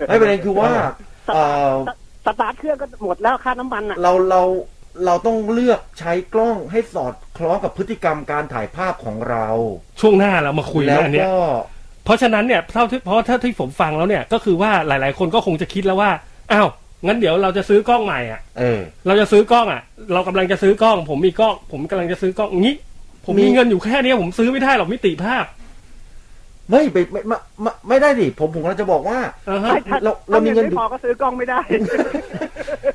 [SPEAKER 5] ไม่ประเด็นคือว่าเอ่อ
[SPEAKER 6] สตาร์ทเครื่องก็หมดแล้วค่าน้ำมันอ่ะ
[SPEAKER 5] เราเราเราต้องเลือกใช้กล้องให้สอดคล้องกับพฤติกรรมการถ่ายภาพของเรา
[SPEAKER 4] ช่วงหน้าเรามาคุย
[SPEAKER 5] แล้ว
[SPEAKER 4] นะอันเนี้ย
[SPEAKER 5] ก็
[SPEAKER 4] เพราะฉะนั้นเนี่ยเท่าที่เพราะถ้าที่ผมฟังแล้วเนี่ย ก็คือว่าหลาย ๆ คนก็คงจะคิดแล้วว่าอ้าวงั้นเดี๋ยวเราจะซื้อกล้องใหม่อ่ะ
[SPEAKER 5] เออ
[SPEAKER 4] เราจะซื้อกล้องอ่ะ เรากำลังจะซื้อกล้อง ผมมีกล้อง ผมกำลังจะซื้อกล้องงี้ ผม
[SPEAKER 5] มี
[SPEAKER 4] มีเงินอยู่แค่เนี้ยผมซื้อไม่ได้หรอกมิติภาพ
[SPEAKER 5] ไม่ไปไม่ไม่ไม่ไม่ได้ดิผมผมกำลังจะบอกว่า <laughs>
[SPEAKER 4] อ่าฮะ
[SPEAKER 6] ใช่ถ้
[SPEAKER 5] เราเรามีเงินอยู่
[SPEAKER 6] ไม่พอก็ซื้อกล้องไม่ได้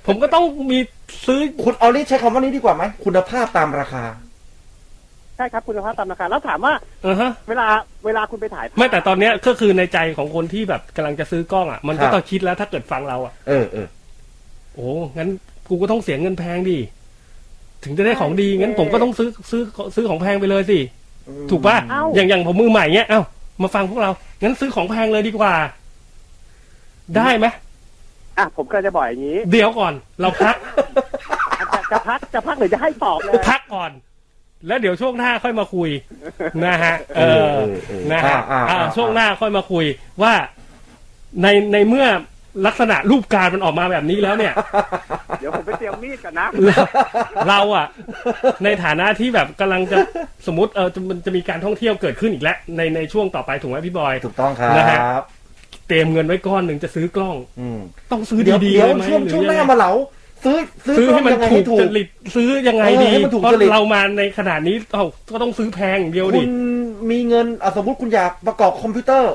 [SPEAKER 4] ผมก็ต้องมีซื้อ
[SPEAKER 5] คุณเอานี้ใช้คำว่านี้ดีกว่าไหมคุณภาพตามราคา
[SPEAKER 6] ใช่ครับคุณภาพตามราคาแล้วถามว่า
[SPEAKER 4] อ่าฮะ
[SPEAKER 6] เวลาเวลาคุณไปถ่ายภาพ
[SPEAKER 4] ไม่แต่ตอนเนี้ยก็คือในใจของคนที่แบบกำลังจะซื้อกล้องอ่ะ มันก็ต้องคิดแล้วถ้าเกิดฟังเราอ่ะ
[SPEAKER 5] เออเออ
[SPEAKER 4] โอ้งั้นกูก็ต้องเสียเงินแพงดิ ถึงจะได้ของดี งั้นผมก็ต้องซื้อซื้อซื้อของแพงไปเลยสิ
[SPEAKER 5] อืม
[SPEAKER 4] ถูกป่ะ อย่างอย่างผมมือใหม่เนี้ย เอ้า มาฟังพวกเรา งั้นซื้อของแพงเลยดีกว่า ได้ไหม
[SPEAKER 6] อ่ะผมก็จะบอกอย่างนี้
[SPEAKER 5] <laughs>
[SPEAKER 4] เดี๋ยวก่อน เราพัก
[SPEAKER 6] อ่ะจะจะพักจะพักหรือจะให้ตอบเลย
[SPEAKER 4] พักก่อน แล้วเดี๋ยวช่วงหน้าค่อยมาคุย นะฮะ เออ
[SPEAKER 5] เออเออ
[SPEAKER 4] นะฮะ
[SPEAKER 5] อ่าอ่า
[SPEAKER 4] อ่า
[SPEAKER 5] อ่า
[SPEAKER 4] ช่วงหน้าค่อยมาคุยว่าในในเมื่อลักษณะรูปการณ์มันออกมาแบบนี้แล้วเนี่ย
[SPEAKER 6] เดี๋ยวผมไปเตรียมมีดกันนะ
[SPEAKER 4] เราเราอะในฐานะที่แบบกำลังจะสมมติเออจะมันจะมีการท่องเที่ยวเกิดขึ้นอีกแล้ว ในในช่วงต่อไปถูกไหมพี่บอย
[SPEAKER 5] ถูกต้องครั
[SPEAKER 4] นะฮะ
[SPEAKER 5] บ
[SPEAKER 4] เตรียมเงินไว้ก้อนหนึ่งจะซื้อกล้อง
[SPEAKER 5] อืม
[SPEAKER 4] ต้องซื้อ
[SPEAKER 5] เดี๋ยว
[SPEAKER 4] ดีๆ
[SPEAKER 5] เดี๋ยว
[SPEAKER 4] เลยไหม
[SPEAKER 5] ช่วง
[SPEAKER 4] หรือ
[SPEAKER 5] ช่วงหน้า
[SPEAKER 4] ยังไง
[SPEAKER 5] มาเหลาซื้อซื้อ
[SPEAKER 4] ซื้อให้มัน
[SPEAKER 5] ยังไง
[SPEAKER 4] ถูก
[SPEAKER 5] ให้ถูก
[SPEAKER 4] จริตซื้อยังไงดี
[SPEAKER 5] เออให้มันถูก
[SPEAKER 4] เพราะ
[SPEAKER 5] จริต
[SPEAKER 4] เรามาในขนาดนี้เอ้าก็ต้องซื้อแพงอย่างเดียว
[SPEAKER 5] คุ
[SPEAKER 4] ดิ
[SPEAKER 5] ณมีเงินอ่ะสมมติคุณอยากประกอบคอมพิวเตอร์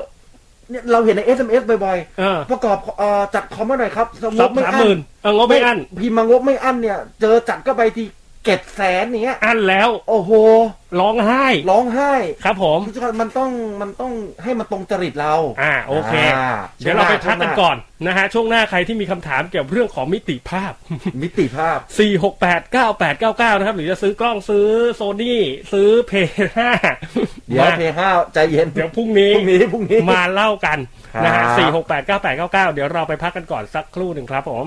[SPEAKER 5] เนี่ยเราเห็นใน SMS บ่อย
[SPEAKER 4] เออ
[SPEAKER 5] ๆ ประกอบเอ่อจัดคอมมาหน่อยครับสมม
[SPEAKER 4] สอง
[SPEAKER 5] ติไม่
[SPEAKER 4] สาม
[SPEAKER 5] อั้
[SPEAKER 4] หมื่
[SPEAKER 5] น
[SPEAKER 4] นเอางบไม่อัน
[SPEAKER 5] พิมพ์มางบไม่อั้นเนี่ย เจอจัดก็ไปทีเก็ดแสนเนี้ย
[SPEAKER 4] อันแล้ว
[SPEAKER 5] โอ้โห
[SPEAKER 4] ร้องไห้
[SPEAKER 5] ร้องไห้
[SPEAKER 4] ครับผม
[SPEAKER 5] มันต้องมันต้องให้มันตรงจริตเรา
[SPEAKER 4] อ่าโอเค
[SPEAKER 5] อ่า
[SPEAKER 4] เดี๋ยวเราไปพักกันก่อนนะฮะช่วงหน้าใครที่มีคำถามเกี่ยวกับเรื่องของมิติภาพ
[SPEAKER 5] มิติภาพ
[SPEAKER 4] สี่หกแปดเก้าแปดเก้าเก้านะครับ หรือจะซื้อกล้องซื้อโซนี่ซื้อเพย์ห้า
[SPEAKER 5] เดี๋ยวเพย์ห้าใจเย็น
[SPEAKER 4] เดี๋ยวพรุ่งนี้
[SPEAKER 5] พรุ่งนี้พรุ่งนี้
[SPEAKER 4] มาเล่ากันนะ
[SPEAKER 5] ครั
[SPEAKER 4] ฮะ
[SPEAKER 5] บ
[SPEAKER 4] สี่หกแปดเก้าแปดเก้าเก้าเดี๋ยวเราไปพักกันก่อนสักครู่หนึ่งครับผม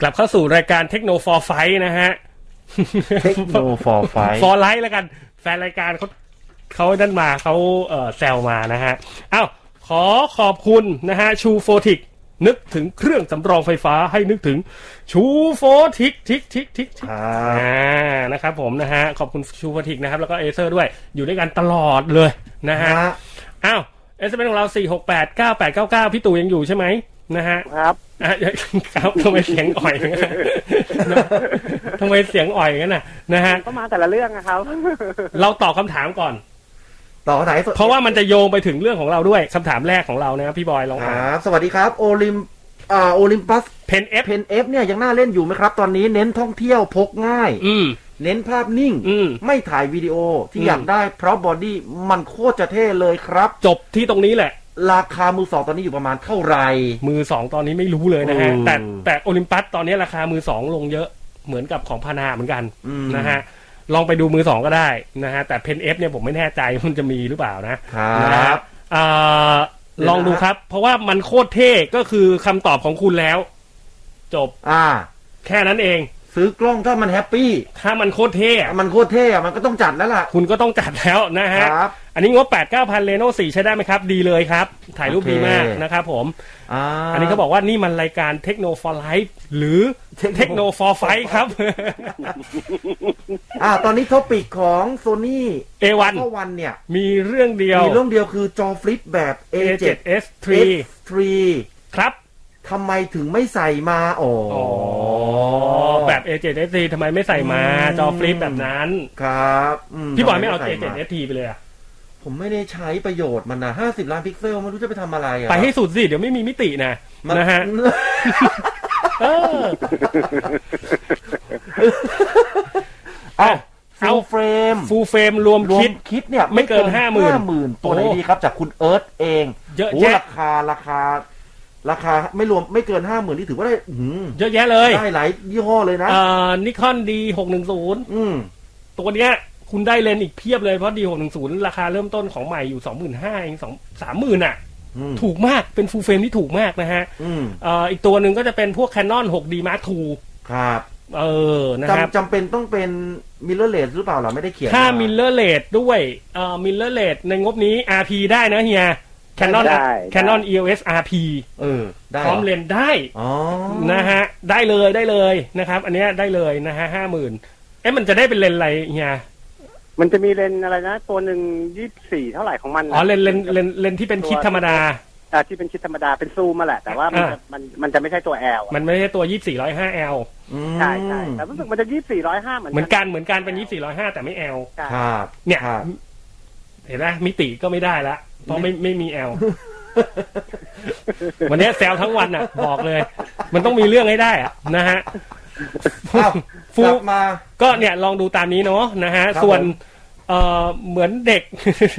[SPEAKER 4] กลับเข้าสู่รายการเทคโน for Fight นะฮะ
[SPEAKER 5] เทคโนฟอร์ไฟ
[SPEAKER 4] ฟอร์ไลท์แล้วกัน แฟนรายการเขาเขาดันมาเขาเอ่อแซวมานะฮะอ้าวขอขอบคุณนะฮะชูโฟติกนึกถึงเครื่องสำรองไฟฟ้าให้นึกถึงชูโฟติกทิกทิกทิกทิก
[SPEAKER 5] ครั
[SPEAKER 4] อ่
[SPEAKER 5] บ
[SPEAKER 4] านะครับผมนะฮะขอบคุณชูโฟติกนะครับ แล้วก็เอเซอร์ด้วยอยู่ด้วยกันตลอดเลยนะฮะอ้าวเอสเของเรา 4689899 พี่ตู่ยังอยู่ใช่ไหมนะฮะ <laughs>
[SPEAKER 6] ครับ
[SPEAKER 4] อ่ะเดี๋ยวครับทำไมเสียงอ่อยอย่างนั้นนะ <laughs> ทำไมเสียงอ่อยอย่างนั้นน่ะนะฮะ
[SPEAKER 6] ก็มาแต่ละเรื่องนะครับ <laughs>
[SPEAKER 4] เราตอบคำถามก่อน
[SPEAKER 5] ต่อไหนสุด
[SPEAKER 4] เพราะว่ามันจะโยงไปถึงเรื่องของเราด้วยคำถามแรกของเรานะครับพี่บอยลอง
[SPEAKER 5] ค
[SPEAKER 4] อ่าน
[SPEAKER 5] รับสวัสดีครับ โอลิมอ่าโอลิมปัส
[SPEAKER 4] เพนเอฟ
[SPEAKER 5] เพนเอฟเนี่ยยังน่าเล่นอยู่ไหมครับ ตอนนี้เน้นท่องเที่ยวพกง่าย
[SPEAKER 4] อืม
[SPEAKER 5] เน้นภาพนิ่ง
[SPEAKER 4] อืม
[SPEAKER 5] ไม่ถ่ายวิดีโอที่อยากได้ เพราะบอดี้มันโคตรจะเท่เลยครับ
[SPEAKER 4] จบที่ตรงนี้แหละ
[SPEAKER 5] ราคามือสองตอนนี้อยู่ประมาณเท่าไหร่
[SPEAKER 4] มือสองตอนนี้ไม่รู้เลยนะฮะ
[SPEAKER 5] อืม
[SPEAKER 4] แต่แต่โอลิมปัสตอนนี้ราคามือสองลงเยอะเหมือนกับของพานาเหมือนกัน
[SPEAKER 5] อืม
[SPEAKER 4] นะฮะลองไปดูมือสองก็ได้นะฮะแต่เพนเอฟเนี่ยผมไม่แน่ใจ <laughs> มันจะมีหรือเปล่านะ
[SPEAKER 5] ค
[SPEAKER 4] นะค
[SPEAKER 5] รั
[SPEAKER 4] รับ บอ่า
[SPEAKER 5] เดี๋ยวนะ
[SPEAKER 4] ลองดูครับ เพราะว่ามันโคตรเท่ก็คือคำตอบของคุณแล้ว จบ
[SPEAKER 5] อ่า
[SPEAKER 4] แค่นั้นเอง
[SPEAKER 5] ซื้อกล้องถ้ามันแฮปปี้
[SPEAKER 4] ถ้ามันโคตรเท่อะ
[SPEAKER 5] มันโคตรเท่อะมันก็ต้องจัดแล้วล่ะ
[SPEAKER 4] คุณก็ต้องจัดแล้วนะฮะ
[SPEAKER 5] ครับ
[SPEAKER 4] อันนี้งบ 8 9 0 0 0เลโน่4ใช้ได้ไหมครับ ดีเลยครับ ถ่ายรูป
[SPEAKER 5] โอเค
[SPEAKER 4] ดีมากนะครับผม
[SPEAKER 5] อ่า
[SPEAKER 4] อันนี้เขาบอกว่านี่มันรายการเทคโน for life หรือเทคโน for fight ครับ <laughs>
[SPEAKER 5] อ่า ตอนนี้ท็อปิกของโซนี่
[SPEAKER 4] A1
[SPEAKER 5] เมื่อวันเนี่ย
[SPEAKER 4] มีเรื่องเดียว
[SPEAKER 5] มีเรื่องเดียวคือจอฟลิปแบบ A7
[SPEAKER 4] A7S3
[SPEAKER 5] F3
[SPEAKER 4] ครับ
[SPEAKER 5] ทำไมถึงไม่ใส่มาอ๋ออ
[SPEAKER 4] อ๋อ แบบ A7S3 ทำไมไม่ใส่มา
[SPEAKER 5] อืม
[SPEAKER 4] จอฟลิปแบบนั้น
[SPEAKER 5] ครับม
[SPEAKER 4] พี่บอยไม่เอา
[SPEAKER 5] ทำ
[SPEAKER 4] A7S3 ไปเลยอะ
[SPEAKER 5] ผมไม่ได้ใช้ประโยชน์มันนะห้าสิบล้านพิกเซลไม่รู้จะไปทำอะไรอะ
[SPEAKER 4] ไปให้สุดสิ เดี๋ยวไม่มีมิตินะ
[SPEAKER 5] มัน
[SPEAKER 4] นะ
[SPEAKER 5] <laughs>
[SPEAKER 4] ฮะเออ
[SPEAKER 5] เอา
[SPEAKER 4] เอา
[SPEAKER 5] เอาเฟรม
[SPEAKER 4] ฟูลเฟรมรวม
[SPEAKER 5] รวม
[SPEAKER 4] คิด
[SPEAKER 5] คิดเนี่ย
[SPEAKER 4] ไม่เกิน50,000
[SPEAKER 5] ห้าหมื่นตัวไหน
[SPEAKER 4] โอ้
[SPEAKER 5] ดีครับ จากคุณเอิร์ธเอง
[SPEAKER 4] เยอะ
[SPEAKER 5] โอ้
[SPEAKER 4] แยะ
[SPEAKER 5] ราคาราคา ราคาไม่รวมไม่เกินห้าหมื่นนี่ถือว่าได้อื้อหือ
[SPEAKER 4] เยอะแยะเลย
[SPEAKER 5] ได้หลายยี่ห้อเลยนะ
[SPEAKER 4] เอ่อนิคอนดีหกหนึ่งศูนย์
[SPEAKER 5] อืม
[SPEAKER 4] ตัวเนี้ย คุณได้เลนส์อีกเพียบเลย เพราะดีหกหนึ่งศูนย์ราคาเริ่มต้นของใหม่อยู่สองหมื่นห้าเองสองสามหมื่นอ่ะ
[SPEAKER 5] อืม
[SPEAKER 4] ถูกมากเป็นฟูลเฟรมที่ถูกมากนะฮะ
[SPEAKER 5] อืม
[SPEAKER 4] เอ่ออีกตัวหนึ่งก็จะเป็นพวก Canon 6D Mark II
[SPEAKER 5] ครับ
[SPEAKER 4] เออนะครับ
[SPEAKER 5] จำจำเป็นต้องเป็นมิเลอร์เลสหรือเปล่าเราไม่ได้เขียน
[SPEAKER 4] ถ้ามิ
[SPEAKER 5] มา
[SPEAKER 4] ลเลอร์เลดด้วยเอ่อมิลเลอร์เลดในงบนี้ RP ได้นะเฮีย Canon
[SPEAKER 6] ได้
[SPEAKER 4] Canon EOS RP
[SPEAKER 5] เออ ได้
[SPEAKER 4] พร้อมเลนส์ได้
[SPEAKER 5] อ๋อ
[SPEAKER 4] นะฮะได้เลยได้เลยนะครับ อันเนี้ยได้เลยนะฮะห้าหมื่นเอ๊ะมันจะได้เป็นเลนส์อะไรเฮีย
[SPEAKER 6] มันจะมีเลนส์อะไรนะ ตัวหนึ่งยี่สี่เท่าไหร่ของมัน
[SPEAKER 4] อ๋อเลนส์เลนส์เลนส์เลนส์ที่เป็นคิดธรรมดา
[SPEAKER 6] อ่าที่เป็นคิดธรรมดาเป็นซูมมาแหละ แต่ว่ามันจะ
[SPEAKER 4] อ่ามั
[SPEAKER 6] มันมันจะไม่ใช่ตัวแอล
[SPEAKER 4] มันไม่ใช่ตัวยี่สี่ร้อยห้าแอล
[SPEAKER 5] อืม
[SPEAKER 6] ใช่ใช่แต่รู้สึกมันจะยี่สี่ร้อยห้าเหมือน
[SPEAKER 4] เหมือนกันเหมือนกันเป็นยี่สี่ร้อยห้าแต่ไม่แอล
[SPEAKER 6] ใช่
[SPEAKER 5] ครับ
[SPEAKER 4] เนี่ย
[SPEAKER 5] ครับ
[SPEAKER 4] เห็นไหมมิติก็ไม่ได้ละเพราะไม่ไม่มีแอลวันเนี้ยแซวทั้งวันอ่ะ บอกเลย มันต้องมีเรื่องให้ได้อะนะฮะ
[SPEAKER 5] อ้าว
[SPEAKER 4] ฟู
[SPEAKER 5] กลับมา
[SPEAKER 4] ก็เนี่ยลองดูตามนี้เนาะนะฮะ
[SPEAKER 5] ครับ
[SPEAKER 4] ส่วน
[SPEAKER 5] ผม
[SPEAKER 4] เออเหมือนเด็ก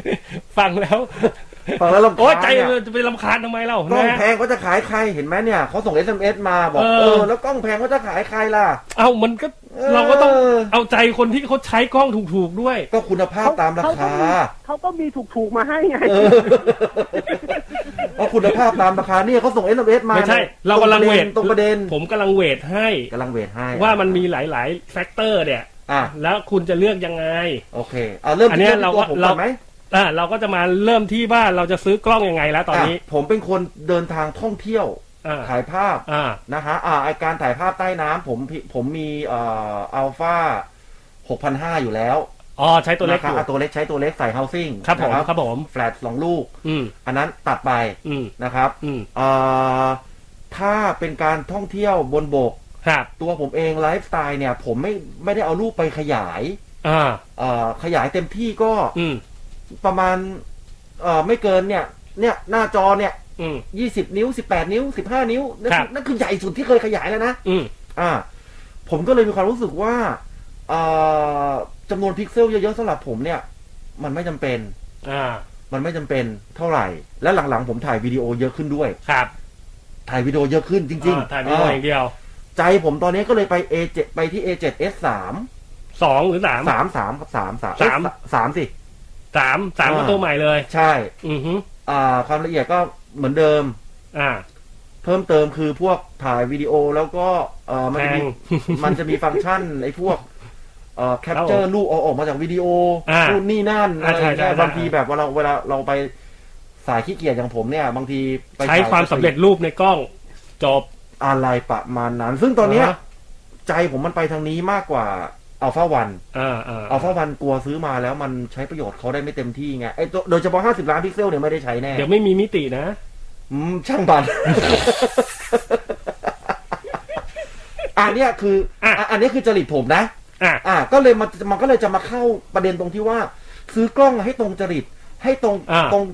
[SPEAKER 4] <laughs> ฟังแล้ว
[SPEAKER 5] ฟังแล้วลำ
[SPEAKER 4] โอ้ย
[SPEAKER 5] คาญ
[SPEAKER 4] ใจ
[SPEAKER 5] เนี่ย
[SPEAKER 4] มันจะไปลำคาญทำไมเล่าก
[SPEAKER 5] ล้อง
[SPEAKER 4] นะฮะ
[SPEAKER 5] แพงก็จะขายใครเห็นไหมเนี่ยเขาส่ง SMS มาบอก
[SPEAKER 4] เออ
[SPEAKER 5] เออแล้วกล้องแพงก็จะขายใครล่ะ
[SPEAKER 4] เอามันก็
[SPEAKER 5] เออ
[SPEAKER 4] เราก็ต้องเอาใจคนที่เขาใช้กล้องถูกๆด้วย
[SPEAKER 5] ก็คุณภาพตามรา
[SPEAKER 6] เขก็
[SPEAKER 5] คา
[SPEAKER 6] มีเขาก็มีถูกๆมาให้ไง
[SPEAKER 5] เออ เพราะคุณภาพตามราคาเนี่ยเขาส่ง s อ s มา
[SPEAKER 4] ไม่ใช่
[SPEAKER 5] นะ
[SPEAKER 4] เรากำลังเวท
[SPEAKER 5] ตรงประเด็น
[SPEAKER 4] ผมกำลังเวทให้
[SPEAKER 5] กำลังเวทให้
[SPEAKER 4] ว่ามันมีหลาย ๆ แฟกเตอร์เนี่ย
[SPEAKER 5] อ่ะ
[SPEAKER 4] แล้วคุณจะเลือกยังไง
[SPEAKER 5] โอเคเอาเริ่ม
[SPEAKER 4] อัน
[SPEAKER 5] ที่
[SPEAKER 4] เนี้ย
[SPEAKER 5] เรื่องที่ตัว
[SPEAKER 4] เราก็
[SPEAKER 5] ผม
[SPEAKER 4] เรา
[SPEAKER 5] ก่อนไหม
[SPEAKER 4] อ่ะเราก็จะมาเริ่มที่ว่าเราจะซื้อกล้องยังไงแล้วตอนนี้
[SPEAKER 5] ะผมเป็นคนเดินทางท่องเที่ยว
[SPEAKER 4] อ่า
[SPEAKER 5] ถ่ายภาพ
[SPEAKER 4] อ่า
[SPEAKER 5] นะฮะอ่าไอ้การถ่ายภาพใต้น้ำผมพี่ผมมีเอ่ออัลฟา6,500 อยู่แล้ว
[SPEAKER 4] อ๋อ ใช้ตัวเล็กอ
[SPEAKER 5] นะครั
[SPEAKER 4] ยู่
[SPEAKER 5] บอ่ะตัวเล็กใช้ตัวเล็กใส่ housing
[SPEAKER 4] ครับผม
[SPEAKER 5] นะครับ
[SPEAKER 4] ผม
[SPEAKER 5] แฟลตสองลูก
[SPEAKER 4] อืม
[SPEAKER 5] อันนั้นตัดไป
[SPEAKER 4] อืม
[SPEAKER 5] นะครับ
[SPEAKER 4] อืม
[SPEAKER 5] อ่าถ้าเป็นการท่องเที่ยวบนบก
[SPEAKER 4] ครับ
[SPEAKER 5] ตัวผมเองไลฟ์สไตล์เนี่ย ผมไม่ไม่ได้เอารูปไปขยาย
[SPEAKER 4] อ่า
[SPEAKER 5] เอ่อขยายเต็มที่ก็
[SPEAKER 4] อืม
[SPEAKER 5] ประมาณเอ่อไม่เกินเนี่ย เนี่ยหน้าจอเนี่ย
[SPEAKER 4] อืม
[SPEAKER 5] ยี่สิบนิ้วสิบแปดนิ้วสิบห้านิ้วนั่น
[SPEAKER 4] ครับ
[SPEAKER 5] คือนั่นคือใหญ่สุดที่เคยขยายแล้วนะ
[SPEAKER 4] อืม
[SPEAKER 5] อ่า ผมก็เลยมีความรู้สึกว่าเอ่อจำนวนพิกเซลเยอะๆสำหรับผมเนี่ย มันไม่จำเป็น
[SPEAKER 4] อ่า
[SPEAKER 5] มันไม่จำเป็นเท่าไหร่ และหลังๆผมถ่ายวิดีโอเยอะขึ้นด้วย
[SPEAKER 4] ครับ
[SPEAKER 5] ถ่ายวิดีโอเยอะขึ้นจริง
[SPEAKER 4] อ่า
[SPEAKER 5] ๆ
[SPEAKER 4] ถ่ายวิดีโออย่าง
[SPEAKER 5] อ่า
[SPEAKER 4] เดียว
[SPEAKER 5] ใจผมตอนนี้ก็เลยไป A7 ไปที่ A7S3
[SPEAKER 4] สองหรือสาม
[SPEAKER 5] สามสามครับสามสาม
[SPEAKER 4] สาม
[SPEAKER 5] เอ้ยสามสิ
[SPEAKER 4] สาม สาม
[SPEAKER 5] อ่า
[SPEAKER 4] ก็ตัวใหม่เลย
[SPEAKER 5] ใช่
[SPEAKER 4] อือฮึ
[SPEAKER 5] อ่าความละเอียดก็เหมือนเดิม
[SPEAKER 4] อ่า
[SPEAKER 5] เพิ่มเติมคือพวกถ่ายวิดีโอแล้วก็เออมันจะ
[SPEAKER 4] แพ
[SPEAKER 5] มี
[SPEAKER 4] ง
[SPEAKER 5] <laughs> มันจะมีฟังก์ชันไอ้พวกเอ่อแคปเจอ
[SPEAKER 4] ครับ
[SPEAKER 5] ร์ลูกเอาออกมาจากวิดีโอ
[SPEAKER 4] อ่านู่
[SPEAKER 5] นู่นนี่นั่น
[SPEAKER 4] อ่า
[SPEAKER 5] อะไรอย่าง
[SPEAKER 4] ใช่
[SPEAKER 5] เงี้
[SPEAKER 4] ใช่
[SPEAKER 5] ยบางที
[SPEAKER 4] ใช่
[SPEAKER 5] แบบว่าเราเวลาเราไปสายขี้เกียจอย่างผมเนี่ย บางทีไป
[SPEAKER 4] ใช้
[SPEAKER 5] ถ่ย
[SPEAKER 4] ความสำเร็จรูปในกล้อง จบ
[SPEAKER 5] อะไรประมาณนั้น ซึ่งตอนเนี้ย
[SPEAKER 4] อ่าฮะ
[SPEAKER 5] ใจผมมันไปทางนี้มากกว่าอัลฟาวัน
[SPEAKER 4] อ่าอ่า
[SPEAKER 5] อัลฟาวันกลัวซื้อมาแล้วมันใช้ประโยชน์เขาได้ไม่เต็มที่ไงไอ้ตัวโดยเฉพาะ 50 ล้านพิกเซลเนี่ยไม่ได้ใช้แน่
[SPEAKER 4] เดี๋ยวไม่มีมิตินะ
[SPEAKER 5] อืมช่างบัน <laughs> อันเนี้ยคืออ่ะอันเนี้ยคือจริตผมนะ
[SPEAKER 4] อ่ะ
[SPEAKER 5] อ่ะก็เลยมันมันก็เลยจะมาเข้าประเด็นตรงที่ว่า ซื้อกล้องให้ตรงจริต ให้ตรง
[SPEAKER 4] อ่า
[SPEAKER 5] ตรง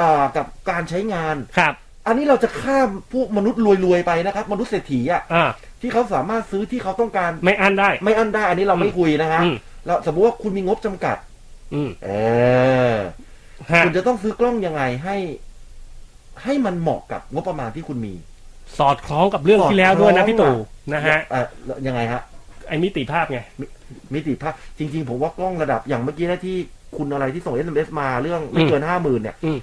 [SPEAKER 5] อ่ากับการใช้งาน
[SPEAKER 4] ครับ
[SPEAKER 5] อันนี้เราจะข้ามพวกมนุษย์รวยๆไปนะครับ มนุษย์เศรษฐีอ่ะ
[SPEAKER 4] อ่า
[SPEAKER 5] ที่เขาสามารถซื้อที่เขาต้องการ
[SPEAKER 4] ไม่อั้นได้
[SPEAKER 5] ไม่อันได้อันนี้เราไม่คุยนะฮะ
[SPEAKER 4] อืม
[SPEAKER 5] เราสมมติว่าคุณมีงบจำกัด
[SPEAKER 4] อืม
[SPEAKER 5] เออ
[SPEAKER 4] ฮะ
[SPEAKER 5] คุณจะต้องซื้อกล้องยังไงให้ ให้มันเหมาะกับงบประมาณที่คุณมี
[SPEAKER 4] สอดคล้องกับเรื่องที่แล้วด้วยนะพี่ตู่ นะฮะ
[SPEAKER 5] เอ่อยังไงฮะ
[SPEAKER 4] ไอ้มิติภาพไง
[SPEAKER 5] มิติภาพจริง ๆ ผมว่ากล้องระดับอย่างเมื่อกี้นะที่คุณอะไรที่ส่ง SMS มาเรื่องไม่เกินห้าหมื่นเนี่ย
[SPEAKER 4] อืม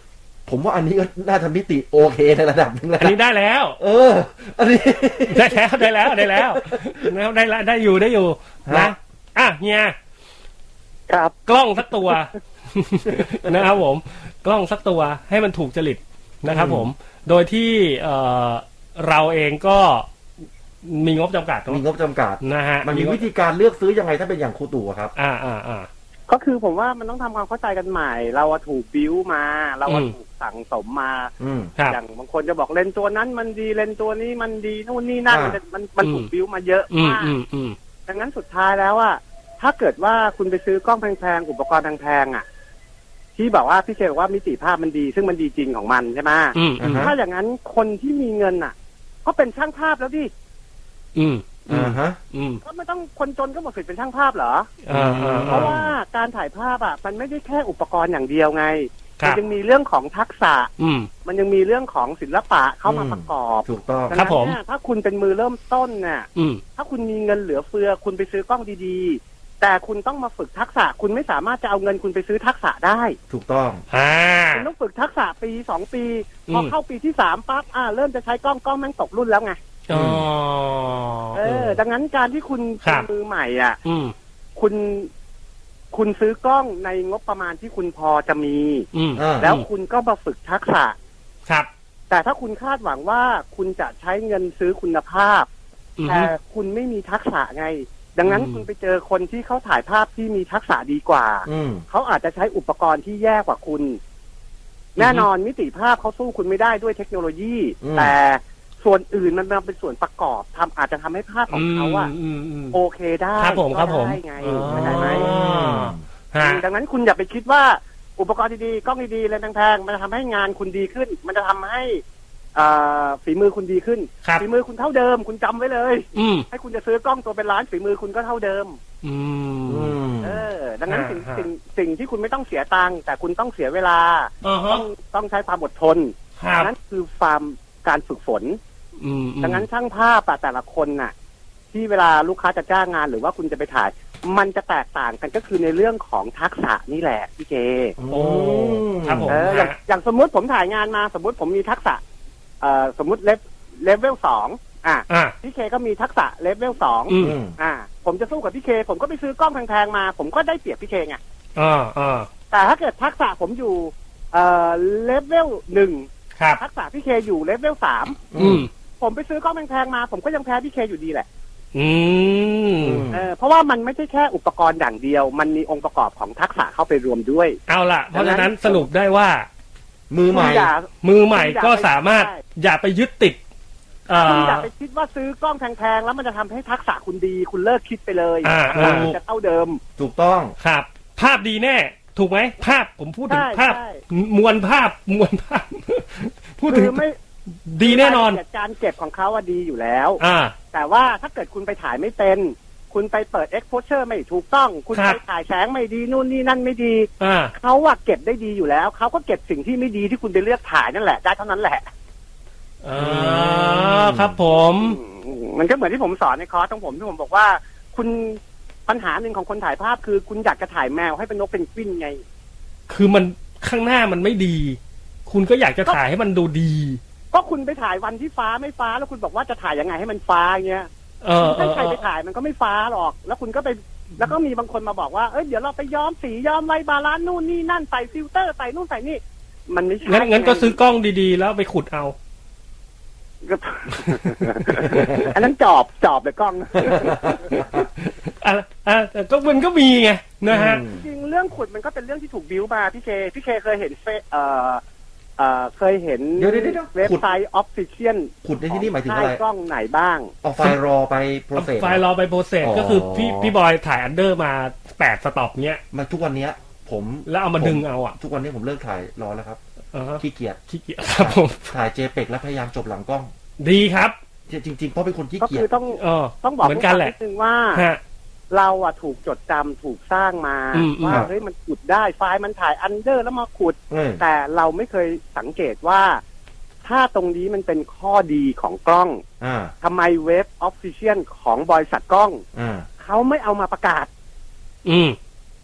[SPEAKER 5] ผมว่าอันนี้ก็น่าจะมิติโอเคในระดับหนึงแล้ว
[SPEAKER 4] อันนี้ได้แล้ว
[SPEAKER 5] เออ
[SPEAKER 4] <laughs>
[SPEAKER 5] อันนี้
[SPEAKER 4] ได้แล้วได้แล้วได้แล้วนะครับได้แล้วได้อยู่ได้อยู่นะ
[SPEAKER 5] ฮะ
[SPEAKER 4] อ่ะเฮีย
[SPEAKER 6] <laughs> ครับ
[SPEAKER 4] กล้องสักตัว <laughs> นะครับผม กล้องสักตัวให้มันถูกจริตนะครับผม โดยที่เอ่อเราเองก็มีงบจำกัดเน
[SPEAKER 5] มี
[SPEAKER 4] อะ
[SPEAKER 5] งบจำกัด
[SPEAKER 4] นะฮะ
[SPEAKER 5] มันมี
[SPEAKER 4] งบ
[SPEAKER 5] วิธีการเลือกซื้อยังไงถ้าเป็นอย่างครูตู่อะครับ
[SPEAKER 4] อ่าอ่าอ่า
[SPEAKER 6] ก็คือผมว่ามันต้องทำความเข้าใจกันใหม่ เราอะถูกบิ้วมา เราอะ
[SPEAKER 4] อืม
[SPEAKER 6] ถูกสั่งสมมา
[SPEAKER 5] อืม
[SPEAKER 4] ครับ
[SPEAKER 6] อย่างบางคนจะบอกเลนส์ตัวนั้นมันดีเลนส์ตัวนี้มันดีนู่นนี่นั่นมัน
[SPEAKER 5] อ่า
[SPEAKER 6] จะมันมันถูก
[SPEAKER 4] อืม
[SPEAKER 6] บิ้วมาเยอะ
[SPEAKER 4] อืม
[SPEAKER 6] มาก
[SPEAKER 4] อืมอืม
[SPEAKER 6] ดังนั้นสุดท้ายแล้วอ่ะถ้าเกิดว่าคุณไปซื้อกล้องแพงๆอุปกรณ์แพงๆอ่ะ ที่บอกว่าพี่เชบอกว่ามิติภาพมันดี ซึ่งมันดีจริงของมันใช่ไหม
[SPEAKER 4] อืมอืม
[SPEAKER 5] ฮะ
[SPEAKER 6] ถ้าอย่างนั้นคนที่มีเงินอ่ะ ก็เป็นช่างภาพแล้วดิ
[SPEAKER 4] อืมอื
[SPEAKER 5] อ่าม ฮะ
[SPEAKER 4] อืม
[SPEAKER 6] ก็ไม่ต้องคนจนก็หมดสิทธิ์เป็นช่างภาพเหรอ
[SPEAKER 4] อ่าอ่า
[SPEAKER 5] เ
[SPEAKER 6] เพ
[SPEAKER 4] อ่า
[SPEAKER 6] ราะว่าการถ่ายภาพอ่ะมันไม่ได้แค่อุปกรณ์อย่างเดียวไง
[SPEAKER 4] ค
[SPEAKER 6] มั
[SPEAKER 4] รับ
[SPEAKER 6] ยังมีเรื่องของทักษะ
[SPEAKER 4] อืม
[SPEAKER 6] มันยังมีเรื่องของศิลปะเข้ามาประกอบ
[SPEAKER 5] ถูกต้อง
[SPEAKER 4] ครับผม
[SPEAKER 6] ดังนั้นเนี่ยถ้าคุณเป็นมือเริ่มต้นเนี่ย
[SPEAKER 4] อืม
[SPEAKER 6] ถ้าคุณมีเงินเหลือเฟือ คุณไปซื้อกล้องดีๆ แต่คุณต้องมาฝึกทักษะ คุณไม่สามารถจะเอาเงินคุณไปซื้อทักษะได้
[SPEAKER 5] ถูกต้อง
[SPEAKER 4] อ่า
[SPEAKER 6] คุณต้องฝึกทักษะปีสองปี
[SPEAKER 4] อืม
[SPEAKER 6] พอเข้าปีที่สามปั๊บอ่าเริ่มจะใช้กล้องกล้องแม่งตกรุ่นแล้วไง
[SPEAKER 4] อ๋อ
[SPEAKER 6] เออ ดังนั้นการที่คุณ
[SPEAKER 4] ครับ
[SPEAKER 6] เป็นมือใหม่อ่ะ
[SPEAKER 4] อืม
[SPEAKER 6] คุณ คุณซื้อกล้องในงบประมาณที่คุณพอจะมี
[SPEAKER 4] อืม
[SPEAKER 5] อ่า
[SPEAKER 6] แล้วคุณก็มาฝึกทักษะ
[SPEAKER 4] ครับ
[SPEAKER 6] แต่ถ้าคุณคาดหวังว่าคุณจะใช้เงินซื้อคุณภาพ
[SPEAKER 4] อืม
[SPEAKER 6] แต่คุณไม่มีทักษะไง ดังนั้น
[SPEAKER 4] อืม
[SPEAKER 6] คุณไปเจอคนที่เขาถ่ายภาพที่มีทักษะดีกว่า
[SPEAKER 5] อืม
[SPEAKER 6] เขาอาจจะใช้อุปกรณ์ที่แย่กว่าคุณ แน่นอนมิติภาพเขาสู้คุณไม่ได้ด้วยเทคโนโลยี
[SPEAKER 5] อืม
[SPEAKER 6] แต่ส่วนอื่นมันมาเป็นส่วนประกอบทำอาจจะทำให้ภาพของเขาอะ
[SPEAKER 4] อืมอืม
[SPEAKER 6] โอเคได้
[SPEAKER 4] ครับผมครับผม
[SPEAKER 6] ก็ได้ไงเข้าใจไหม
[SPEAKER 4] อ๋อ ฮะ
[SPEAKER 6] ดังนั้นคุณอย่าไปคิดว่าอุปกรณ์ดีๆกล้องดีๆเลนส์แพงๆมันจะทำให้งานคุณดีขึ้น มันจะทำให้เอ่อฝีมือคุณดีขึ้น
[SPEAKER 4] ครับ
[SPEAKER 6] ฝีมือคุณเท่าเดิม คุณจำไว้เลย
[SPEAKER 4] อืม
[SPEAKER 6] ให้คุณจะซื้อกล้องตัวเป็นล้านฝีมือคุณก็เท่าเดิม
[SPEAKER 4] อืม
[SPEAKER 5] อืม
[SPEAKER 6] เออ ดังนั้นสิ่ง
[SPEAKER 4] ฮะ
[SPEAKER 6] สิ่งสิ่งที่คุณไม่ต้องเสียตังค์แต่คุณต้องเสียเวลา
[SPEAKER 4] อ่าฮะ
[SPEAKER 6] ต้องต้องใช้ความอดทน
[SPEAKER 4] ครับ
[SPEAKER 6] นั่นคือความการฝึกฝน
[SPEAKER 4] อืมอืม
[SPEAKER 6] ดังนั้นช่างภาพอะแต่ละคนน่ะ ที่เวลาลูกค้าจะจ้างงานหรือว่าคุณจะไปถ่าย มันจะแตกต่างกันก็คือในเรื่องของทักษะนี่แหละพี่เค
[SPEAKER 4] โอ้ครับผม
[SPEAKER 6] เอออย่าง
[SPEAKER 4] ฮะ
[SPEAKER 6] อย่างสมมติผมถ่ายงานมาสมมติผมมีทักษะเอ่อสมมติเลเลเวลสองอ่ะ
[SPEAKER 4] อ่ะ
[SPEAKER 6] พี่เคก็มีทักษะเลเวลสอง
[SPEAKER 4] อืม
[SPEAKER 5] อืม
[SPEAKER 6] อ่า ผมจะสู้กับพี่เค ผมก็ไปซื้อกล้องแพงๆมา ผมก็ได้เปรียบพี่เคไง
[SPEAKER 4] อ่าอ่า
[SPEAKER 6] แต่ถ้าเกิดทักษะผมอยู่เอ่อเลเวลหนึ่ง
[SPEAKER 4] ครับ
[SPEAKER 6] ทักษะพี่เคอยู่เลเวลสาม
[SPEAKER 4] อืม
[SPEAKER 6] ผมไปซื้อกล้องแพงๆมา ผมก็ยังแพ้พี่เคอยู่ดีแหละ
[SPEAKER 4] อืม
[SPEAKER 6] เออเพราะว่ามันไม่ใช่แค่อุปกรณ์อย่างเดียว มันมีองค์ประกอบของทักษะเข้าไปรวมด้วย
[SPEAKER 4] เอาล่ะ เพราะฉะนั้นสรุปได้ว่า
[SPEAKER 5] มือใหม่
[SPEAKER 6] คุณอย่า
[SPEAKER 4] มือใหม่ก็สามารถอย่าไปยึดติดเอ่
[SPEAKER 6] คุณอย่า
[SPEAKER 4] อ
[SPEAKER 6] ไปคิดว่าซื้อกล้องแพงๆ แล้วมันจะทำให้ทักษะคุณดี คุณเลิกคิดไปเลย
[SPEAKER 4] อ่า
[SPEAKER 6] ทักษะมันจะเท่าเดิม
[SPEAKER 5] ถูกต้อง
[SPEAKER 4] ครับ ภาพดีแน่ ถูกไหม ภาพผมพูดถึง
[SPEAKER 6] ใช่
[SPEAKER 4] ภาพ
[SPEAKER 6] ใช่
[SPEAKER 4] มวลภาพมวลภาพ <laughs> พูดถึ
[SPEAKER 6] คื
[SPEAKER 4] ง
[SPEAKER 6] อไม่
[SPEAKER 4] ดีแน่นอน
[SPEAKER 6] รายละเยดการเก็บของเขาอะดีอยู่แล้ว
[SPEAKER 4] อ่า
[SPEAKER 6] แต่ว่าถ้าเกิดคุณไปถ่ายไม่เป็น คุณไปเปิด exposure ไม่ถูกต้อง คุณ
[SPEAKER 4] ครั
[SPEAKER 6] ไป
[SPEAKER 4] บ
[SPEAKER 6] ถ่ายแสงไม่ดีนู่นนี่นั่นไม่ดี
[SPEAKER 4] อ่า
[SPEAKER 6] เขาอะเก็บได้ดีอยู่แล้ว เขาก็เก็บสิ่งที่ไม่ดีที่คุณไปเลือกถ่ายนั่นแหละ ได้เท่านั้นแหละ
[SPEAKER 4] อ่า
[SPEAKER 5] ม
[SPEAKER 4] ครับผม
[SPEAKER 6] อืมมันก็เหมือนที่ผมสอนในคอร์สของผมที่ผมบอกว่า คุณปัญหาหนึ่งของคนถ่ายภาพคือคุณอยากจะถ่ายแมวให้เป็นนกเป็นกวินไง
[SPEAKER 4] คือมันข้างหน้ามันไม่ดี คุณก็อยากจะถ่ายให้มันดูดี
[SPEAKER 6] ก็คุณไปถ่ายวันที่ฟ้าไม่ฟ้า แล้วคุณบอกว่าจะถ่ายยังไงให้มันฟ้าเงี้ย
[SPEAKER 4] เออเอ
[SPEAKER 6] ถ้า
[SPEAKER 4] อ
[SPEAKER 6] ใค
[SPEAKER 4] เอ
[SPEAKER 6] ร
[SPEAKER 4] อ
[SPEAKER 6] ไปถ่ายมันก็ไม่ฟ้าหรอก แล้วคุณก็ไป แล้วก็มีบางคนมาบอกว่า เอ้ยเดี๋ยวเราไปย้อมสีย้อมไลท์บาลานซ์นู่นนี่นั่นใส่ฟิลเตอร์ใส่นู่นใส่นี่ มันไม่ใช่
[SPEAKER 4] งั้นงั้นก็ซื้อกล้องดีๆ แล้วไปขุดเอา
[SPEAKER 6] ก็ <laughs> อันนั้นจอบจอบเลยกล้อง
[SPEAKER 4] อ่ะอ่ะแต่ก็มันก็มีไงนะฮะ
[SPEAKER 6] จริงเรื่องขุดมันก็เป็นเรื่องที่ถูกบิ้วมาพี่เคพี่เคเคยเห็นเฟซเอ่อเอ่อเคยเห็น
[SPEAKER 5] เดี๋ยวเดี๋ยวเดี๋ยว
[SPEAKER 6] เว็บไซต์ออฟฟิเชียล
[SPEAKER 5] ขุดในที่นี่หมายถึงอะไร
[SPEAKER 6] กล้องไหนบ้าง
[SPEAKER 5] เอาไฟล์รอไปโปรเซส
[SPEAKER 4] ไฟล์รอไปโปรเซส
[SPEAKER 5] อ๋อ
[SPEAKER 4] ก็คือพี่พี่บอยถ่ายอันเดอร์มาแปดสต็อปเนี้ย
[SPEAKER 5] มันทุกวันเนี้ย ผม
[SPEAKER 4] แล้วเอามาดึง
[SPEAKER 5] ผ
[SPEAKER 4] เอาอ่ะ
[SPEAKER 5] ทุกวันนี้ผมเลิกถ่ายรอแล้วครับ
[SPEAKER 4] อ่าฮะ
[SPEAKER 5] ขี้เกียจ
[SPEAKER 4] ขี้เกียจครับผม
[SPEAKER 5] ถ่ายเจเปกแล้วพยายามจบหลังกล้อง
[SPEAKER 4] ดีครับ
[SPEAKER 5] จริงๆ เพราะเป็นคนขี้
[SPEAKER 6] ก็
[SPEAKER 5] เกีย
[SPEAKER 6] คื
[SPEAKER 5] จ
[SPEAKER 6] อต้อง
[SPEAKER 4] เออ
[SPEAKER 6] ต้องบอก
[SPEAKER 4] เหมือนกันแหละ
[SPEAKER 6] ผู้ฟังดนึงว่า
[SPEAKER 4] ฮะ
[SPEAKER 6] เราอะถูกจดจำถูกสร้างมา
[SPEAKER 4] อืมอืม
[SPEAKER 6] ว่า
[SPEAKER 5] ครับ
[SPEAKER 6] เฮ้ยมันขุดได้ไฟล์มันถ่ายอันเดอร์แล้วมาขุด
[SPEAKER 5] เออ
[SPEAKER 6] แต่เราไม่เคยสังเกตว่า ถ้าตรงนี้มันเป็นข้อดีของกล้อง
[SPEAKER 5] อ่า
[SPEAKER 6] ทำไมเว็บออฟฟิเชียลของบริษัทกล้อง
[SPEAKER 5] อ่า
[SPEAKER 6] เขาไม่เอามาประกาศ
[SPEAKER 4] อืม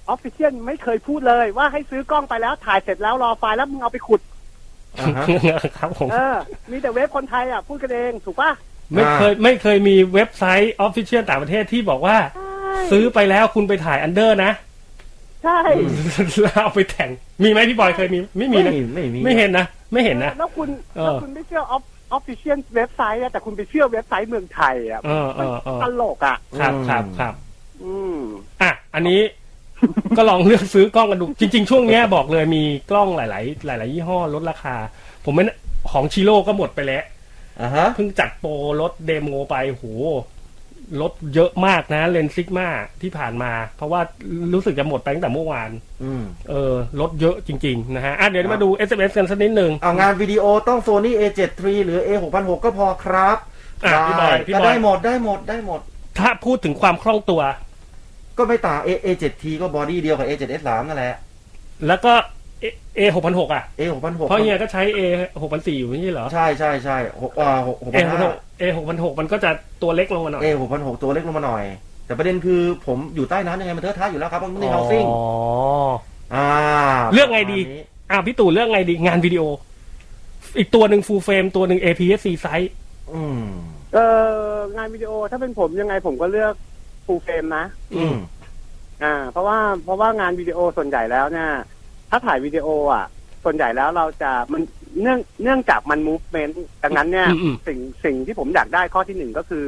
[SPEAKER 6] ออฟฟิเชียลไม่เคยพูดเลยว่าให้ซื้อกล้องไปแล้วถ่ายเสร็จแล้วรอไฟล์แล้วมึงเอาไปขุด
[SPEAKER 5] อ่าฮะ
[SPEAKER 4] <laughs> ครับผม
[SPEAKER 6] เออ มีแต่เว็บคนไทยอะพูดกันเองถูกปะ
[SPEAKER 4] ไม่เคยไม่เคยมีเว็บไซต์ออฟฟิเชียลต่างประเทศที่บอกว่า ซื้อไปแล้วคุณไปถ่ายอันเดอร์นะ <laughs>
[SPEAKER 6] ใช่
[SPEAKER 4] แล้วเอาไปแต่ง มีไหมพี่บอยเคยมีไม่มีนะ
[SPEAKER 5] ไม่มี
[SPEAKER 4] ไม่เห็นนะ ไม่เห็นนะ
[SPEAKER 6] แล้วคุณ
[SPEAKER 4] เออ
[SPEAKER 6] แล้วคุณไม่เชื่อออฟฟิเชียลเว็บไซต์อะแต่คุณไปเชื่อเว็บไซต์เมืองไทยอะ
[SPEAKER 4] เออเออเออ
[SPEAKER 6] ตลกอ่ะ
[SPEAKER 4] ครับครับครับ
[SPEAKER 6] อืม
[SPEAKER 4] อ่ะ อันนี้ <laughs> ก็ลองเลือกซื้อกล้องกันดู จริง ๆ ช่วงเนี้ยบอกเลยมีกล้องหลาย ๆ หลาย ๆ ยี่ห้อลดราคา ผมไม่แน่ของชิโร่ก็หมดไปแล้ว
[SPEAKER 5] อ่าฮะ
[SPEAKER 4] เพิ่งจัดโปรลดเดโมไปโหลดเยอะมากนะเลนซิกมาที่ผ่านมา เพราะว่ารู้สึกจะหมดไปตั้งแต่เมื่อวาน
[SPEAKER 5] อืม
[SPEAKER 4] เออลดเยอะจริง ๆ นะฮะ อ่ะ เดี๋ยวมาดู SMS กันสักนิดหนึ่ง
[SPEAKER 5] เอางานวิดีโอต้อง Sony A7 III หรือ A6006 ก็พอครับ
[SPEAKER 4] อ่ะพี่บอยพี่บอย
[SPEAKER 5] ก็ได้หมดได้หมดได้หมด
[SPEAKER 4] ถ้าพูดถึงความคล่องตัว
[SPEAKER 5] ก็ไม่ต่าง A A7T ก็บอดี้เดียวกับ A7S3 นั่นแหละ
[SPEAKER 4] แล้วก็ A A หกพันหกอ่ะ
[SPEAKER 5] A6006
[SPEAKER 4] เพราะเฮียก็ใช้ A หกพันสี่อยู่ไม่ใช่เหรอ
[SPEAKER 5] ใช่ใช่ใช่หกอ่าหกหก
[SPEAKER 4] A
[SPEAKER 5] พัน
[SPEAKER 4] หกพันห
[SPEAKER 5] ห้า
[SPEAKER 4] ก A หกพันหกมันก็จะตัวเล็กลงมาหน่อย
[SPEAKER 5] A หกพันหกตัวเล็กลงมาหน่อย แต่ประเด็นคือผมอยู่ใต้น้ำยังไงมันเทอะทะอยู่แล้วครับมันไม่ได้ housing
[SPEAKER 4] อ๋อ
[SPEAKER 5] อ่า
[SPEAKER 4] เลือกไงดี
[SPEAKER 5] ประมาณนี้
[SPEAKER 4] อ่ะพี่ตู่เรื่องไงดีงานวิดีโอ อีกตัวหนึ่ง full frame ตัวหนึ่ง APS-C size
[SPEAKER 5] อืม
[SPEAKER 6] เอองานวิดีโอถ้าเป็นผมยังไงผมก็เลือกฟูลเฟรมนะ
[SPEAKER 5] อืม
[SPEAKER 6] อ่า เพราะว่าเพราะว่างานวิดีโอส่วนใหญ่แล้วเนี่ยถ้าถ่ายวิดีโออ่ะ ส่วนใหญ่แล้วเราจะมันเนื่องเนื่องจากมันมูฟเมนต์ดังนั้นเนี่ย
[SPEAKER 4] อืมอืม
[SPEAKER 6] สิ่งสิ่งที่ผมอยากได้ข้อที่หนึ่งก็คือ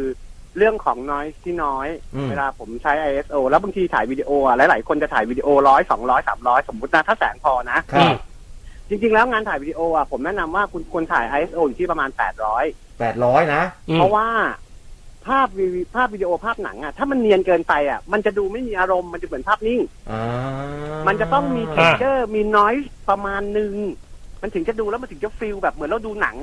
[SPEAKER 6] เรื่องของน้อยที่น้อย
[SPEAKER 5] อืม
[SPEAKER 6] เวลาผมใช้ ISO แล้วบางทีถ่ายวิดีโออ่ะหลายๆคนจะถ่ายวิดีโอร้อยสองร้อยสามร้อยสมมตินะถ้าแสงพอนะ
[SPEAKER 5] ครับ
[SPEAKER 6] จริง ๆ แล้วงานถ่ายวิดีโออ่ะผมแนะนำว่าคุณควรถ่าย ISO อยู่ที่ประมาณแปดร้อย
[SPEAKER 5] แปดร้อยนะ
[SPEAKER 4] อืม
[SPEAKER 6] เพราะว่าภาพวิวภาพวิดีโอภาพหนังอะถ้ามันเนียนเกินไปอะมันจะดูไม่มีอารมณ์มันจะเหมือนภาพนิ่ง
[SPEAKER 5] อ่า มั
[SPEAKER 6] มันจะต้องมีเทคเจอร์มีน้อยประมาณหนึ่งมันถึงจะดูแล้วมันถึงจะฟิลแบบเหมือนเราดูหนัง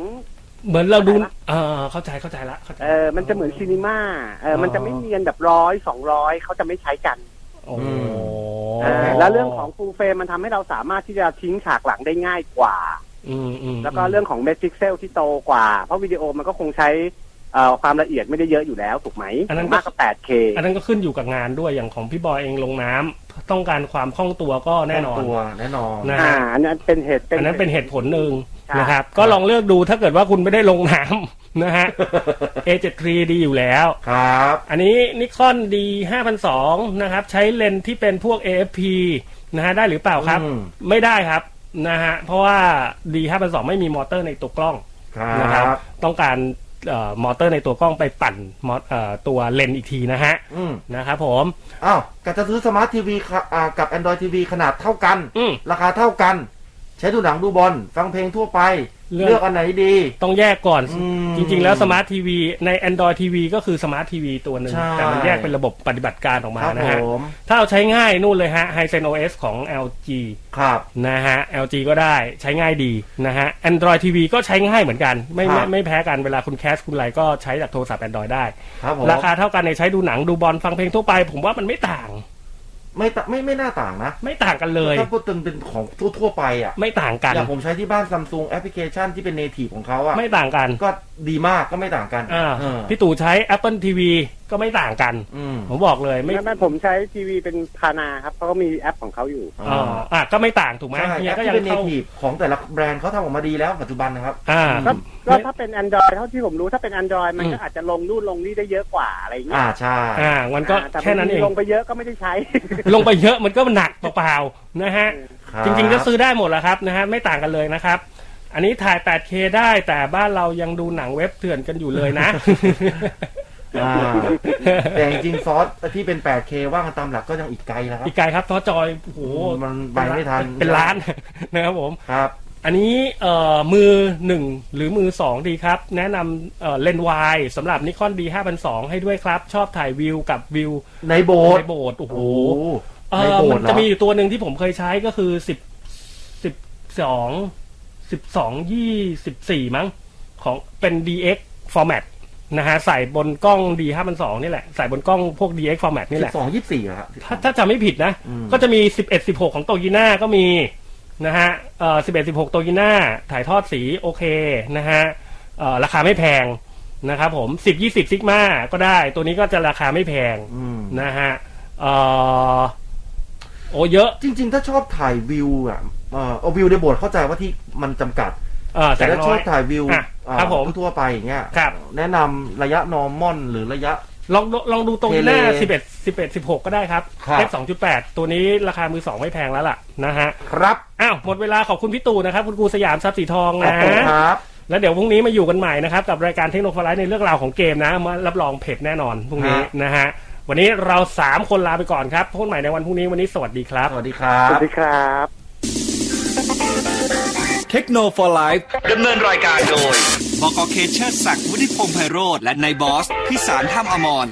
[SPEAKER 4] เหมือนเราดู
[SPEAKER 6] อะไรนะ
[SPEAKER 4] เออเข้าใจเข้าใจละข้าใจ
[SPEAKER 6] เออมันจะเหมือนซีนีมาเออมันจะไม่เนียนแบบร้อยสองร้อยเขาจะไม่ใช้กัน
[SPEAKER 4] โอ้โห
[SPEAKER 6] เออแล้วเรื่องของฟูลเฟรมมันทำให้เราสามารถที่จะทิ้งฉากหลังได้ง่ายกว่า
[SPEAKER 4] อืมอืม
[SPEAKER 6] แล้วก็เรื่องของเมตริกเซลที่โตกว่า เพราะวิดีโอมันก็คงใช้ เอ่อความละเอียดไม่ได้เยอะอยู่แล้วถูกไหม
[SPEAKER 4] อันนั้นก็
[SPEAKER 6] มากก็ 8K
[SPEAKER 4] อันนั้นก็ขึ้นอยู่กับงานด้วยอย่างของพี่บอยเองลงน้ำต้องการความคล่องตัวก็แน่นอน
[SPEAKER 5] ตัวแน่นอน
[SPEAKER 4] นะ
[SPEAKER 6] อ่าอันนั้นเป็นเหตุ
[SPEAKER 4] อันนั้นเป็นเหตุผลหนึ่ง
[SPEAKER 6] ใช่
[SPEAKER 4] นะครับ ก็ลองเลือกดูถ้าเกิดว่าคุณไม่ได้ลงน้ำ <laughs> นะฮะ A73 ดีอยู่แล้ว
[SPEAKER 5] ครับ
[SPEAKER 4] อันนี้นิคอนดี5,002นะครับ ใช้เลนส์ที่เป็นพวก AFP นะฮะได้หรือเปล่าครับ
[SPEAKER 5] อืม
[SPEAKER 4] ไม่ได้ครับนะฮะเพราะว่าดี5,002ไม่มีมอเตอร์ในตัวกล้อง
[SPEAKER 5] ค
[SPEAKER 4] นะค
[SPEAKER 5] รั
[SPEAKER 4] รับ
[SPEAKER 5] บ
[SPEAKER 4] ต้องการเอ่อมอเตอร์ในตัวกล้องไปปั่นมอเอ่อตัวเลนส์อีกทีนะฮะ
[SPEAKER 5] อืม
[SPEAKER 4] นะครับผม
[SPEAKER 5] อ้าวกะจะซื้อสมาร์ททีวีค่ะอ่ากับ Android TV ขนาดเท่ากัน
[SPEAKER 4] อืม
[SPEAKER 5] ราคาเท่ากัน ใช้ดูหนังดูบอล ฟังเพลงทั่วไป
[SPEAKER 4] เลือก
[SPEAKER 5] เลือกอันไหนดี
[SPEAKER 4] ต้องแยกก่อน
[SPEAKER 5] อืม
[SPEAKER 4] จริง ๆ แล้วสมาร์ททีวีใน Android TV ก็คือสมาร์ททีวีตัวหนึ่ง
[SPEAKER 5] ใช่
[SPEAKER 4] แต่มันแยกเป็นระบบปฏิบัติการออกมา
[SPEAKER 5] ครับ
[SPEAKER 4] นะ
[SPEAKER 5] ผ
[SPEAKER 4] ฮะ
[SPEAKER 5] ม
[SPEAKER 4] ถ้าเอาใช้ง่ายนู่นเลยฮะ Hisense OS ของ LG
[SPEAKER 5] ครับ
[SPEAKER 4] นะฮะ LG ก็ได้ใช้ง่ายดีนะฮะ Android TV ก็ใช้ง่ายเหมือนกัน ไม่
[SPEAKER 5] ครั
[SPEAKER 4] ไม่
[SPEAKER 5] บ
[SPEAKER 4] ไม่แพ้กันเวลาคุณแคสคุณไลน์ก็ใช้จากโทรศัพท์ Android ได้
[SPEAKER 5] ครับผม
[SPEAKER 4] ราคาเท่ากันในยใช้ดูหนังดูบอลฟังเพลงทั่วไป ผมว่ามันไม่ต่าง
[SPEAKER 5] ไม่ตไม่ไม่น่าต่างนะ
[SPEAKER 4] ไม่ต่างกันเลย
[SPEAKER 5] ถ้าพูดถึงเป็นของทั่วๆไปอ่ะ
[SPEAKER 4] ไม่ต่างกัน
[SPEAKER 5] อย่างผมใช้ที่บ้านซัมซุงแอปพลิเคชันที่เป็นเนทีฟของเขาอ่ะ
[SPEAKER 4] ไม่ต่างกัน
[SPEAKER 5] ก็ดีมากก็ไม่ต่างกัน
[SPEAKER 4] อ่า
[SPEAKER 5] เออ
[SPEAKER 4] พี่ตู่ใช้ Apple TV ก็ไม่ต่างกัน
[SPEAKER 5] อืม
[SPEAKER 4] ผมบอกเลยไม่
[SPEAKER 6] ไม่ไม่ผมใช้ทีวีเป็นพานาครับเขาก็มีแอปของเขาอยู่
[SPEAKER 4] อ๋ออ่ะก็ไม่ต่างถูกไหม
[SPEAKER 5] ใช่
[SPEAKER 4] เฮี
[SPEAKER 5] แอย ป
[SPEAKER 4] ก็
[SPEAKER 5] ที่
[SPEAKER 4] ยัง
[SPEAKER 5] เป็นเน
[SPEAKER 4] เข้า
[SPEAKER 5] ทีฟของแต่ละแบรนด์เขาทำออกมาดีแล้วปัจจุบันนะครับ
[SPEAKER 4] อ่า
[SPEAKER 6] ก็ก็
[SPEAKER 4] ไม่
[SPEAKER 6] ถ้าเป็น Android เท่าที่ผมรู้ถ้าเป็น Android มัน
[SPEAKER 4] อืม
[SPEAKER 6] ก็อาจจะลงนู่นลงนี่ได้เยอะกว่าอะไรอย่างเงี้ย
[SPEAKER 5] อ่าใช่
[SPEAKER 4] อ่ามันก็
[SPEAKER 6] อ่าต่
[SPEAKER 4] แค่นั้นเอง
[SPEAKER 6] บาทีลงไปเยอะก็ไม่ได้ใช้
[SPEAKER 4] ลงไปเยอะมันก็หนักเปล่าๆนะฮะ
[SPEAKER 5] คบ
[SPEAKER 4] จริงๆก็ซื้อได้หมดแหละครับนะฮะ ไม่ต่างกันเลยนะครับ อันนี้ถ่าย 8K ได้แต่บ้านเรายังดูหนังเว็บเถื่อนกันอยู่เลยนะ
[SPEAKER 5] า <laughs> แต่จริงๆซอสที่เป็น 8K ว่ากันตามหลักก็ยังอีกไกลนะครับ
[SPEAKER 4] อีกไกลครับท้อจอยโอ้โห
[SPEAKER 5] มันไปไม่ทัน
[SPEAKER 4] เป็นล้าน <laughs> นะครับผม
[SPEAKER 5] ครับ
[SPEAKER 4] อันนี้เอ่อมือหนึ่งหรือมือสองดีครับ แนะนำเอ่อเลนส์วายสำหรับนิคอนดี5,002ให้ด้วยครับ ชอบถ่ายวิวกับวิว
[SPEAKER 5] ในโบสถ์
[SPEAKER 4] ในโบสถ์โอ้โห
[SPEAKER 5] โอ้โห
[SPEAKER 4] เอ
[SPEAKER 5] ใน
[SPEAKER 4] อ
[SPEAKER 5] โบส
[SPEAKER 4] มั
[SPEAKER 5] ถ์
[SPEAKER 4] น
[SPEAKER 5] เหร
[SPEAKER 4] จะ
[SPEAKER 5] อ
[SPEAKER 4] มีอยู่ตัวหนึ่งที่ผมเคยใช้ก็คือสิบสิบสองสิบสองยี่สิบสี่มั้งของเป็น DX format นะฮะ ใส่บนกล้อง D ห้าพันสองนี่แหละ ใส่บนกล้องพวก DX format นี่
[SPEAKER 5] สิ
[SPEAKER 4] แหละ
[SPEAKER 5] บสองยี่สิบสี่ครับ
[SPEAKER 4] ถ้าถ้าจำไม่ผิดนะ
[SPEAKER 5] อืม
[SPEAKER 4] ก็จะมีสิบเอ็ดสิบหกของโตกิน่าก็มีนะฮะเอ่อสิบเอ็ดสิบหกโตกิน่าถ่ายทอดสีโอเคนะฮะเอ่อราคาไม่แพงนะครับผมสิบยี่สิบซิกมาก็ได้ ตัวนี้ก็จะราคาไม่แพง
[SPEAKER 5] อืม
[SPEAKER 4] นะฮะเอ่อโอ้เยอะ
[SPEAKER 5] จริง ๆ ถ้าชอบถ่ายวิวอ่ะเออเอาวิวในโบสถ์เข้าใจว่าที่มันจำกัด
[SPEAKER 4] เอ่อแส
[SPEAKER 5] แต่
[SPEAKER 4] ง
[SPEAKER 5] ถ้า
[SPEAKER 4] น้
[SPEAKER 5] ช
[SPEAKER 4] อ
[SPEAKER 5] อบ
[SPEAKER 4] ย
[SPEAKER 5] ถ่ายวิว
[SPEAKER 4] อ่ะครับผม
[SPEAKER 5] ทั่วๆไปอย่างเงี้ย
[SPEAKER 4] ครับ
[SPEAKER 5] แนะนำระยะนอร์มอนหรือระยะ
[SPEAKER 4] ลองดูลองดูตรงนี้หน้า
[SPEAKER 5] เทเล
[SPEAKER 4] 11 11 16 ก็ได้ครับ
[SPEAKER 5] ครับ
[SPEAKER 4] f 2.8 ตัวนี้ราคามือสองไม่แพงแล้วล่ะนะฮะ
[SPEAKER 5] ครับ
[SPEAKER 4] อ้าว หมดเวลาขอบคุณพี่ตู่นะครับ คุณครูสยามทรัพย์สีทอง
[SPEAKER 5] ขอบ
[SPEAKER 4] นะ
[SPEAKER 5] คุณครับ
[SPEAKER 4] แล้วเดี๋ยวพรุ่งนี้มาอยู่กันใหม่นะครับ กับรายการเทคโนโลยีในเรื่องราวของเกมนะ มารับรองเผ็ดแน่นอนพรุ่งนี้
[SPEAKER 5] ฮะ
[SPEAKER 4] นะฮะ วันนี้เรา 3 คนลาไปก่อนครับพบกันใหม่ในวันพรุ่งนี้วันนี้สวัสดีครับ
[SPEAKER 5] สวัสดีครั
[SPEAKER 6] ส
[SPEAKER 5] บ
[SPEAKER 6] วัสดีครับ
[SPEAKER 3] เทคโนโลยี Life
[SPEAKER 1] ดำเนินรายการโดย
[SPEAKER 3] บกเคเชอร์ศักดิ์วุฒิพงษ์ไพโรธและนายบอส พิสารท่ามอมร